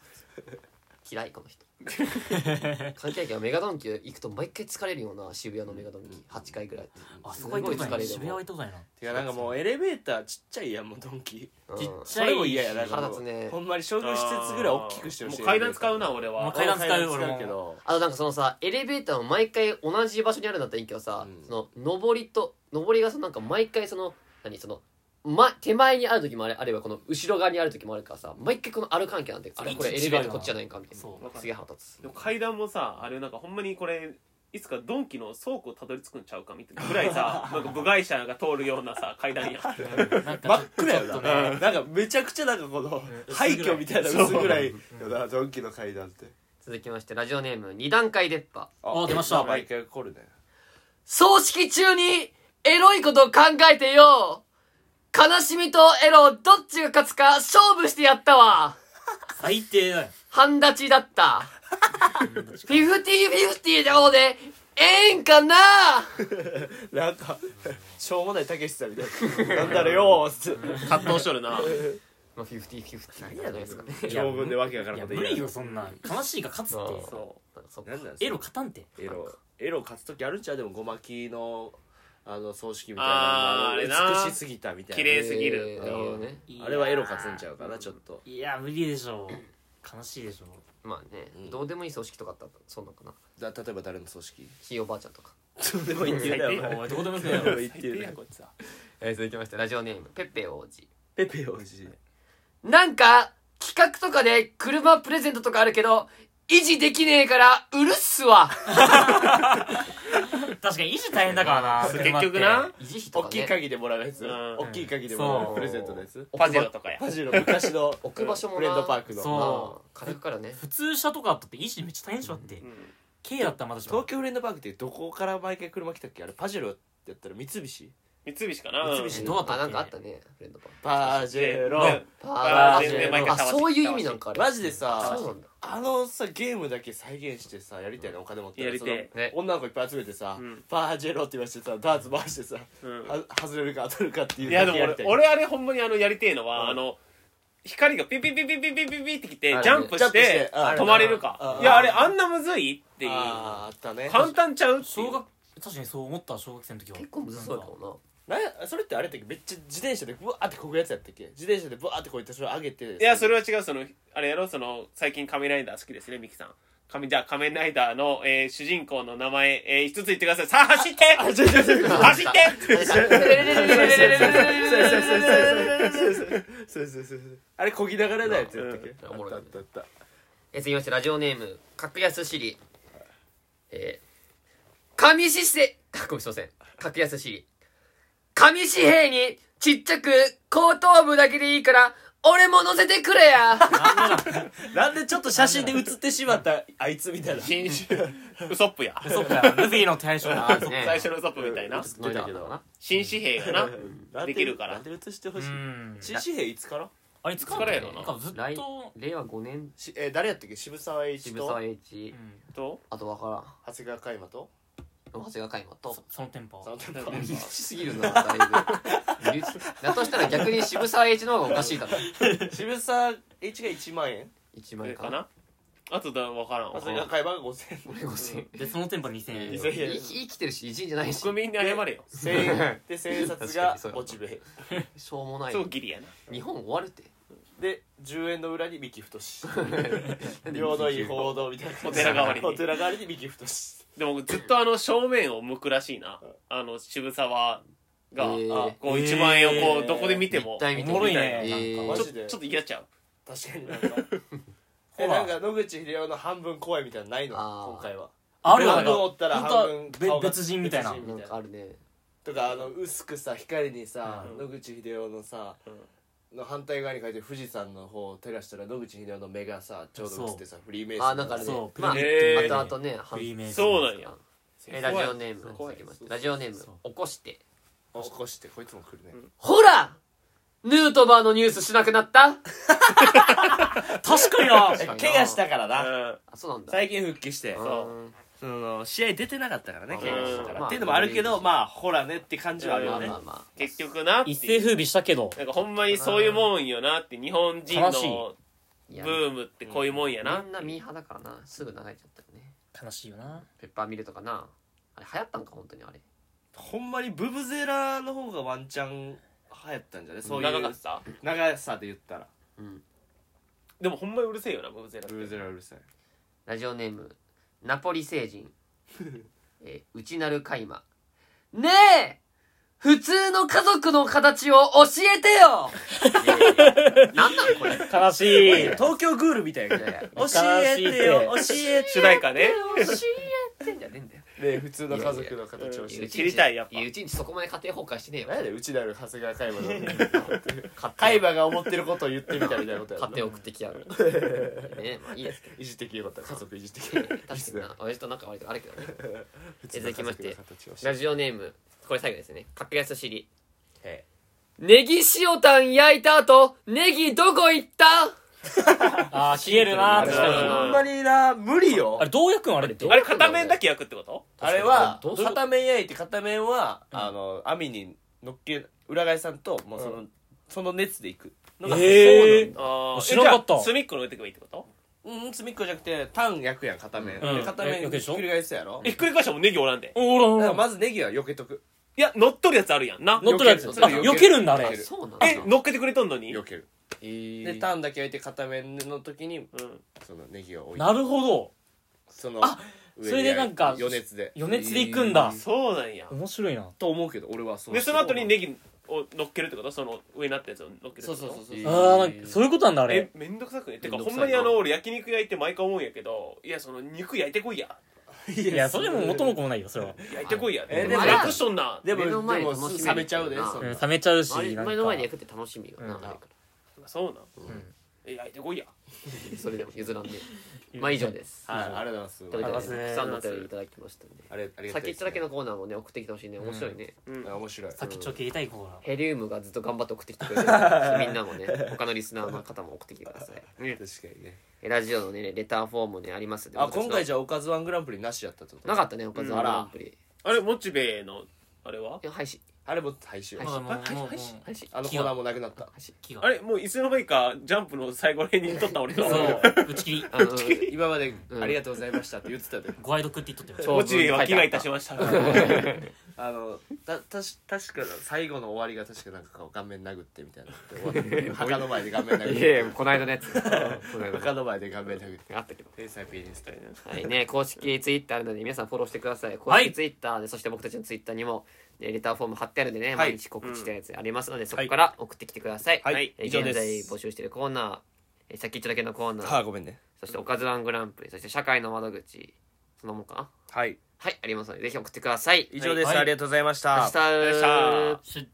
Speaker 4: 嫌いこ
Speaker 3: <laughs>
Speaker 4: の人関係ないけどメガドンキ行くと毎回疲れるような渋谷のメガドンキ8回ぐらい
Speaker 3: あ
Speaker 4: す
Speaker 3: す
Speaker 4: ご
Speaker 3: ご
Speaker 4: い
Speaker 3: いこ
Speaker 4: 疲れ
Speaker 3: とな
Speaker 4: るもん
Speaker 3: い渋谷は行ったことないな
Speaker 5: てかなんかもうエレベーターちっちゃいやんもうドンキ
Speaker 4: うん
Speaker 5: ちっ
Speaker 3: ち
Speaker 5: そ
Speaker 3: ゃい
Speaker 5: れも嫌やなんかもう
Speaker 4: 腹立つね
Speaker 5: ほんまに商業施設ぐらい大きくしてほしい
Speaker 2: もう階段使うな俺
Speaker 3: もう
Speaker 2: は
Speaker 3: 階段使う
Speaker 5: も
Speaker 3: 俺も
Speaker 5: けど
Speaker 4: あとなんかそのさエレベーターも毎回同じ場所にあるんだったらいいけどさ、
Speaker 5: うん
Speaker 4: その上りと上りがそのなんか毎回その何その、ま、手前にある時もあれあればこの後ろ側にある時もあるからさ毎回このある関係なんであれこれエ
Speaker 3: 位置
Speaker 4: レベー
Speaker 3: 違う
Speaker 4: ター
Speaker 3: な
Speaker 4: こっちじゃないんかみたい
Speaker 3: そう
Speaker 2: わか
Speaker 4: な
Speaker 2: る
Speaker 4: すげえ腹立つ
Speaker 2: でも階段もさあれなんかほんまにこれいつかドンキの倉庫たどり着くんちゃうかみたいなぐらいさなんか部外者が通るようなさ階段や
Speaker 3: うんなん
Speaker 5: 真
Speaker 3: か
Speaker 5: っ暗や
Speaker 3: ちょ
Speaker 5: ろ
Speaker 3: っとね
Speaker 5: ななんかめちゃくちゃなんかこの
Speaker 3: うん
Speaker 5: 廃墟みたいな
Speaker 3: そう
Speaker 5: 薄暗いよなドンキの階段って
Speaker 4: 続きましてラジオネーム二段階出っ歯
Speaker 3: あ出ました
Speaker 5: 毎回来るね
Speaker 4: 葬式中にエロいことを考えてよ悲しみとエロどっちが勝つか勝負してやったわ
Speaker 3: 最
Speaker 5: <laughs>
Speaker 3: 低だよ
Speaker 4: 半立ちだ <laughs> ったフィフティフィフティってことでええんかな
Speaker 5: なんか <laughs> しょうもないたけしさんみたい <laughs> ななんだろよーっ <laughs> つって
Speaker 2: 葛藤しとるな
Speaker 4: まあ、フィフティフィフティなんじゃないですかね。
Speaker 3: いや
Speaker 5: 長文でわけわから
Speaker 3: い
Speaker 5: ん
Speaker 3: や
Speaker 5: こと
Speaker 3: 無
Speaker 5: 言いやが
Speaker 3: 理
Speaker 5: る
Speaker 3: よそんな悲しいが勝つっ
Speaker 2: そ
Speaker 4: なんかそっか
Speaker 5: なんなん
Speaker 3: てエロ勝たんて
Speaker 5: エロエロ勝つ時あるんちゃうでもごまきのあの葬式みたい
Speaker 2: あーあれ
Speaker 5: なの
Speaker 2: な
Speaker 5: 美しすぎたみたいな
Speaker 2: 綺麗すぎる
Speaker 4: えーなるほどね。
Speaker 5: あれはエロ勝つんちゃうかなちょっと
Speaker 3: いや無理でしょう悲しいでしょ
Speaker 4: まあね、
Speaker 5: ん
Speaker 4: どうでもいい葬式とかあったらそうなのかな。
Speaker 5: だ例えば誰の葬式
Speaker 4: ひいおばあちゃんとか。
Speaker 5: そうでも言って
Speaker 2: だ
Speaker 5: た
Speaker 2: よ
Speaker 5: よ
Speaker 3: おいどこでもいいけ
Speaker 5: ど
Speaker 3: ど
Speaker 5: 言っ
Speaker 2: 最
Speaker 5: て
Speaker 2: 低
Speaker 5: る
Speaker 2: や
Speaker 5: ね
Speaker 2: こいつは
Speaker 4: え続きまして、ラジオネーム、ペッペ王子。
Speaker 5: ペペ王子
Speaker 4: なんか、企画とかで車プレゼントとかあるけど、維持できねえから、うるっすわ。
Speaker 3: 確かに維持大変だ <laughs> からな
Speaker 2: 結局な
Speaker 4: 維持費と
Speaker 5: 大
Speaker 4: か
Speaker 5: きい
Speaker 4: ね。
Speaker 5: 鍵でもらうやつ
Speaker 2: うん
Speaker 5: 大きい鍵でもらうプレゼントのやつ
Speaker 2: パジェロとかや
Speaker 5: パジロ昔の
Speaker 4: 置く場所もな
Speaker 5: フレンドパークの
Speaker 3: そう
Speaker 4: まあ、火力からね。
Speaker 3: 普通車とかあったって維持めっちゃ大変でしょだって
Speaker 2: うん
Speaker 3: K だったらまだしも
Speaker 5: 東京フレンドパークってどこから毎回車来たっけあれパジェロやったら三菱
Speaker 2: 三菱かな
Speaker 5: 三
Speaker 3: え
Speaker 5: 菱
Speaker 3: どうだったっけ
Speaker 4: あ、なんかあったね、フレンドパーク。
Speaker 5: パジェロー
Speaker 2: あ
Speaker 5: 全然毎回
Speaker 4: あ、そういう意味なんかあれ。
Speaker 5: マジで
Speaker 4: あ
Speaker 5: さ
Speaker 4: そうなんだ。
Speaker 5: あのさゲームだけ再現してさやりたいなお金持って
Speaker 2: やりてえ
Speaker 4: ね
Speaker 5: 女の子いっぱい集めてさ
Speaker 2: うん
Speaker 5: パジェロって言わせてさダーツ回してさ
Speaker 2: うん
Speaker 5: は外れるか当たるかっていう
Speaker 2: いやでも
Speaker 5: やりた
Speaker 2: 俺俺あれほんまにあのやりてえのは、あの光がピンピンピンピンピンピンピンピンってきて
Speaker 5: あ
Speaker 2: ジャンプ
Speaker 5: ジャ
Speaker 2: し
Speaker 5: ンプして
Speaker 2: て
Speaker 5: あ
Speaker 2: 止まれるか
Speaker 5: あ
Speaker 2: いやあれあんなむずいっていう
Speaker 5: あーあったね
Speaker 2: 簡単ちゃうってい
Speaker 3: 小
Speaker 2: う
Speaker 3: 学確かにそう思った小学生の時は
Speaker 4: 結構むずそうやかも
Speaker 5: なんやそれってあれだっけめっちゃ自転車でブワーってこぐやつやったっけ自転車でブワーってこうやってそれ上げて
Speaker 2: いやそれ
Speaker 5: は
Speaker 2: は違うそのあれやろその最近仮面ライダー好きですねミキさん仮面じゃあ仮面ライダーの、えー主人公の名前、えー一つ言ってくださいさあ走って走って走って
Speaker 5: そうそうそうそうあれこぎながらのやつやったっけ
Speaker 4: うんおもろい
Speaker 5: あったあったあっ
Speaker 4: え次ましてラジオネーム格安シリえー、紙紙せ <laughs> ごめんすいません格安シリ紙紙幣にちっちゃく後頭部だけでいいから俺も乗せてくれや
Speaker 5: なんでちょっと写真で写ってしまったあいつみたいな
Speaker 2: 品種ウソップや
Speaker 3: そっか、ルフィの対象だ。
Speaker 5: <laughs>
Speaker 4: ね
Speaker 2: 最初のウソップみたいな
Speaker 4: 乗れたのかな
Speaker 2: 新紙幣がな
Speaker 5: なん
Speaker 2: できるから
Speaker 5: なんで写してほ
Speaker 3: う
Speaker 5: しい
Speaker 3: ん。
Speaker 5: 新紙幣いつから
Speaker 3: あれ、つ
Speaker 2: からやろな
Speaker 3: なんかずっ
Speaker 4: 来
Speaker 3: と、
Speaker 4: 令和5年
Speaker 5: しえー誰やったっけ渋沢栄一
Speaker 4: 渋
Speaker 5: と
Speaker 4: 沢栄一
Speaker 3: うん
Speaker 2: と
Speaker 4: あとわからん
Speaker 5: 長谷川嘉馬と
Speaker 4: 長谷川海馬と
Speaker 3: そそのテンポ。
Speaker 5: その店
Speaker 4: <laughs>
Speaker 2: なんか
Speaker 4: しすぎるなだいぶだとしたら逆に渋沢栄一の方がおかしいだろ
Speaker 5: 舗 <laughs> 渋沢栄一が1万円
Speaker 4: 1
Speaker 2: こ
Speaker 4: 万
Speaker 2: れ
Speaker 4: 円
Speaker 2: か
Speaker 4: かな
Speaker 2: なあとだ分からん
Speaker 5: 長谷川嘉馬が5000円 <laughs>
Speaker 4: 俺5000
Speaker 3: で、そのテンポ2000円。
Speaker 4: 円
Speaker 5: やいやいや
Speaker 4: い生きてるし偉人じゃないし
Speaker 2: 国民に謝れよ
Speaker 5: 1000円で千円札が
Speaker 4: 確かにそうや
Speaker 5: モチベ
Speaker 4: しょうもない
Speaker 2: そうギリやな
Speaker 4: 日本終わるって
Speaker 5: で10円の裏に三木太し平等院報道みたいな
Speaker 2: お寺代わりに
Speaker 5: お寺代わりに三木太し
Speaker 2: でもずっとあの正面を向くらしいなあの渋沢が、
Speaker 4: <laughs> えー
Speaker 2: あこう1万円をこ
Speaker 5: えー
Speaker 2: うどこで見ても、
Speaker 4: 立体見て
Speaker 3: おもろいね
Speaker 4: え
Speaker 5: マ
Speaker 2: ちょ
Speaker 5: ジ
Speaker 4: ー
Speaker 5: で
Speaker 2: ちょっと嫌っちゃう
Speaker 5: 確かになんか
Speaker 4: <laughs>
Speaker 5: えなんか野口英世の半分怖いみたいなのないの
Speaker 4: あー
Speaker 5: 今回は
Speaker 3: あるよ、な
Speaker 5: 半
Speaker 3: ん
Speaker 5: 分
Speaker 3: か。
Speaker 5: おったら
Speaker 3: 本当
Speaker 5: 半分
Speaker 3: は
Speaker 5: 顔
Speaker 3: べ
Speaker 5: が
Speaker 3: 別人みたいな
Speaker 5: 別人
Speaker 4: なんかあるね
Speaker 5: とかあの薄くさ光にさ、
Speaker 2: うん
Speaker 5: 野口英世のさ、の反対側に書いてる富士山の方を照らしたら野口英世の目がさちょうど映ってさフリーメイソン
Speaker 4: あなんかあるね
Speaker 3: そう
Speaker 4: まあ
Speaker 3: プ
Speaker 2: レミアム
Speaker 4: あとあとねは
Speaker 3: フリーメイソン
Speaker 2: そうなんや
Speaker 4: えラジオネーム
Speaker 2: 怖い
Speaker 4: 先ましたラジオネーム
Speaker 3: そ
Speaker 4: 起こして
Speaker 5: あ起こしてこいつも来るね、
Speaker 4: ほらヌートバーのニュースしなくなった
Speaker 3: 確かにな
Speaker 5: え <laughs> 怪我したからな、
Speaker 2: うん
Speaker 4: あそうなんだ
Speaker 5: 最近復帰して
Speaker 2: そう
Speaker 4: うん
Speaker 5: その試合出てなかったからね
Speaker 4: ん
Speaker 5: 怪我したから、
Speaker 4: まあ
Speaker 5: っていうのもあるけどまあほらねって感じはある
Speaker 4: ま
Speaker 5: よ
Speaker 4: あ
Speaker 5: ね、
Speaker 4: まあま
Speaker 2: 結局なっていう
Speaker 3: 一世風靡したけど
Speaker 2: なんかほんまにそういうもんよなって日本人
Speaker 3: 悲し
Speaker 2: の
Speaker 4: あい
Speaker 2: ブ
Speaker 4: や
Speaker 2: ームってこういうもんやな
Speaker 4: みんなミーハーだからなすぐ流れちゃったよね
Speaker 3: 悲しいよな
Speaker 4: ペッパーミルとかなあれ流行ったんか本当にあれ
Speaker 5: ほんまにブブゼラの方がワンチャン流行ったんじゃないそうい
Speaker 2: 長かっ
Speaker 5: う
Speaker 2: た
Speaker 5: 長さで言ったら
Speaker 4: うん
Speaker 2: でもほんまにうるせえよなブブゼラって
Speaker 5: ブブゼラうるさい
Speaker 4: ラジオネームナポリ
Speaker 2: <laughs>
Speaker 4: 星人えー内なる海馬ねえ普通の家族の形を教えて
Speaker 2: <laughs>
Speaker 4: よなんなんこれ
Speaker 3: 悲し
Speaker 5: <laughs>
Speaker 3: い
Speaker 5: 東京グールみたいな教え
Speaker 3: え
Speaker 5: て
Speaker 3: て
Speaker 5: よ
Speaker 3: よ
Speaker 5: 教えて
Speaker 2: 主題歌ね
Speaker 4: 教えてんじゃねえんだよ
Speaker 5: ね普通の家族の形を
Speaker 2: い
Speaker 5: し
Speaker 2: やいや
Speaker 5: て
Speaker 2: 知りたいやっぱ
Speaker 4: やうちんちそこまで家庭崩壊してねえよ
Speaker 5: 何やでうちである長谷川海馬の <laughs> 海馬が思ってることを言ってみたみたいなことや
Speaker 4: 家
Speaker 5: ろ
Speaker 4: 庭送ってきやるねえまあいいですけど
Speaker 5: いじってきよかった家族いじってきよ
Speaker 4: 確
Speaker 5: かっ
Speaker 4: かにな親父と仲悪いとかあるけどね
Speaker 5: た
Speaker 4: 続きまし
Speaker 5: 普
Speaker 4: て
Speaker 5: 通の家族の形をして
Speaker 4: ラジオネームこれ最後ですね格安知り
Speaker 5: え
Speaker 4: ネギ塩タン焼いた後ネギどこ行った
Speaker 3: あー冷えるな確かに
Speaker 5: ほんまにな無理よ
Speaker 3: あれどうやくんあれって
Speaker 2: あれ片面だけ焼くってこと
Speaker 5: あれは
Speaker 4: どうする
Speaker 5: 片面焼いて片面はあの網に乗っけ裏返さんともうそのその熱でいくのが
Speaker 3: えー
Speaker 2: ああ
Speaker 3: 知らんかった
Speaker 2: 隅っこに置いてけばいいってこと
Speaker 5: うん隅っこじゃなくてタン焼くやん片面
Speaker 3: うん
Speaker 5: で片面
Speaker 3: え
Speaker 5: ひっ
Speaker 3: よけでしょ
Speaker 5: くり返すやろ
Speaker 2: えひっくり返したらもうネギおらんで
Speaker 3: おら
Speaker 5: だ
Speaker 3: お
Speaker 5: から
Speaker 3: ら
Speaker 5: まずネギは避けとく
Speaker 2: いや乗っとるやつあるやんな
Speaker 3: 乗っ取るやつ
Speaker 4: よ
Speaker 3: あ
Speaker 4: ける
Speaker 3: 避けるんだあ
Speaker 5: よ
Speaker 4: あ
Speaker 5: け
Speaker 3: れ
Speaker 5: る
Speaker 4: そうなんだ
Speaker 2: え乗っけてくれとんのに
Speaker 5: 避ける
Speaker 4: えー
Speaker 5: でタンだけ焼いて片面の時に
Speaker 2: うん
Speaker 5: そのネギを置いて
Speaker 3: なるほど
Speaker 5: その上
Speaker 3: それでなんか
Speaker 5: 余熱で
Speaker 3: 余熱でいくんだ
Speaker 2: そうなんや
Speaker 3: 面白いな
Speaker 5: と思うけど俺はそう
Speaker 2: でその後にネギを乗っけるってことその上になったやつを乗っけるって
Speaker 5: そ
Speaker 2: こ
Speaker 5: う
Speaker 2: と
Speaker 5: そうそうそう
Speaker 3: あーなんかそういうことなんだあ
Speaker 2: え
Speaker 3: れ
Speaker 2: めんどくさくねてか
Speaker 4: めんどく
Speaker 2: ほ
Speaker 4: さ
Speaker 2: ん
Speaker 4: いな
Speaker 2: まにあの俺焼肉焼いて毎回思うんやけどいやその肉焼いてこいや
Speaker 5: い
Speaker 3: いやそれでも元も子もないよそれは
Speaker 2: 焼いてこいや
Speaker 5: え
Speaker 4: でも
Speaker 2: 楽しとんな
Speaker 5: でも
Speaker 4: 目の前
Speaker 5: で
Speaker 4: で
Speaker 5: も
Speaker 4: 楽し
Speaker 5: す
Speaker 4: める
Speaker 5: ぐ冷めちゃうで
Speaker 4: な
Speaker 5: そ
Speaker 3: うん
Speaker 5: なん
Speaker 3: 冷めちゃうし
Speaker 4: 周り
Speaker 3: なんか
Speaker 4: 前の前で焼くって楽しみがな、
Speaker 3: うん
Speaker 4: あるか
Speaker 2: そうなん
Speaker 3: うん
Speaker 2: え焼いてこいや
Speaker 4: らそれでも譲らんで、まあ以上です
Speaker 5: はいありがとうご
Speaker 4: という
Speaker 5: ざいま
Speaker 4: こ
Speaker 5: す
Speaker 4: とでたくさんのお便りいただきましたんで
Speaker 5: あれありが
Speaker 4: 先
Speaker 5: たい
Speaker 4: っ
Speaker 5: です
Speaker 4: ちょだけのコーナーもね送ってきてほしいね面白
Speaker 5: <laughs>
Speaker 4: いね、
Speaker 2: うん
Speaker 5: あ面白い
Speaker 3: 先っちょ切りたい方が
Speaker 4: ヘリウムがずっと頑張って送ってきてくれてるからみんなもね他のリスナーの方も送ってきてください
Speaker 5: 確かにね
Speaker 4: えラジオのねレターフォームねありますんで
Speaker 5: あ今回
Speaker 4: じ
Speaker 5: じゃあおかずワングランプリなしやったってこと
Speaker 4: なかったねおかず
Speaker 5: うん
Speaker 4: グランプリ、い
Speaker 2: あれモチベのあれは
Speaker 4: や廃止
Speaker 5: あれも廃止
Speaker 4: はい
Speaker 3: まあもうもうもう
Speaker 4: 廃止
Speaker 5: あのコーナーもなくなった
Speaker 4: 廃止
Speaker 3: 木が
Speaker 2: あれもう椅子の上かジャンプの最後ら辺に撮った俺の
Speaker 3: そう打ち切り
Speaker 4: あのー
Speaker 5: 今まで
Speaker 4: うん
Speaker 5: ありがとうございましたって言ってたで
Speaker 3: ご愛読って言っとったよ
Speaker 2: モチベは気がいたしました
Speaker 5: あのたたし確か最後の終わりが確かなんかこう顔面殴ってみたいなのって終わって墓の前で顔面殴っ
Speaker 4: い
Speaker 5: て
Speaker 4: やいやこの間の
Speaker 5: <laughs>
Speaker 4: やつこの間の
Speaker 5: 墓の前で顔面殴って
Speaker 4: あったけど
Speaker 5: 天才ピーニスト
Speaker 4: はいね、公式ツイッターあるので皆さんフォローしてください。公
Speaker 3: はい
Speaker 4: 式ツイッターで、そして僕たちのツイッターにも、ね、レターフォーム貼ってあるんでね、
Speaker 5: はい
Speaker 4: 毎日告知したやつありますので、そこから送ってきてください。
Speaker 5: はい
Speaker 4: えー
Speaker 5: 以上で
Speaker 4: 現
Speaker 5: す
Speaker 4: 在募集しているコーナー、えーさっき言っただけのコーナ
Speaker 5: あ
Speaker 4: ー、
Speaker 5: ごめんね
Speaker 4: そしておかずワングランプリ、そして社会の窓口、そのもんかな
Speaker 5: はい
Speaker 4: はい、ありますので、ぜひ送ってください。
Speaker 5: 以上です、
Speaker 3: はい
Speaker 5: ありがとうございまし
Speaker 4: 明
Speaker 5: た
Speaker 4: 日。
Speaker 2: 明日
Speaker 3: し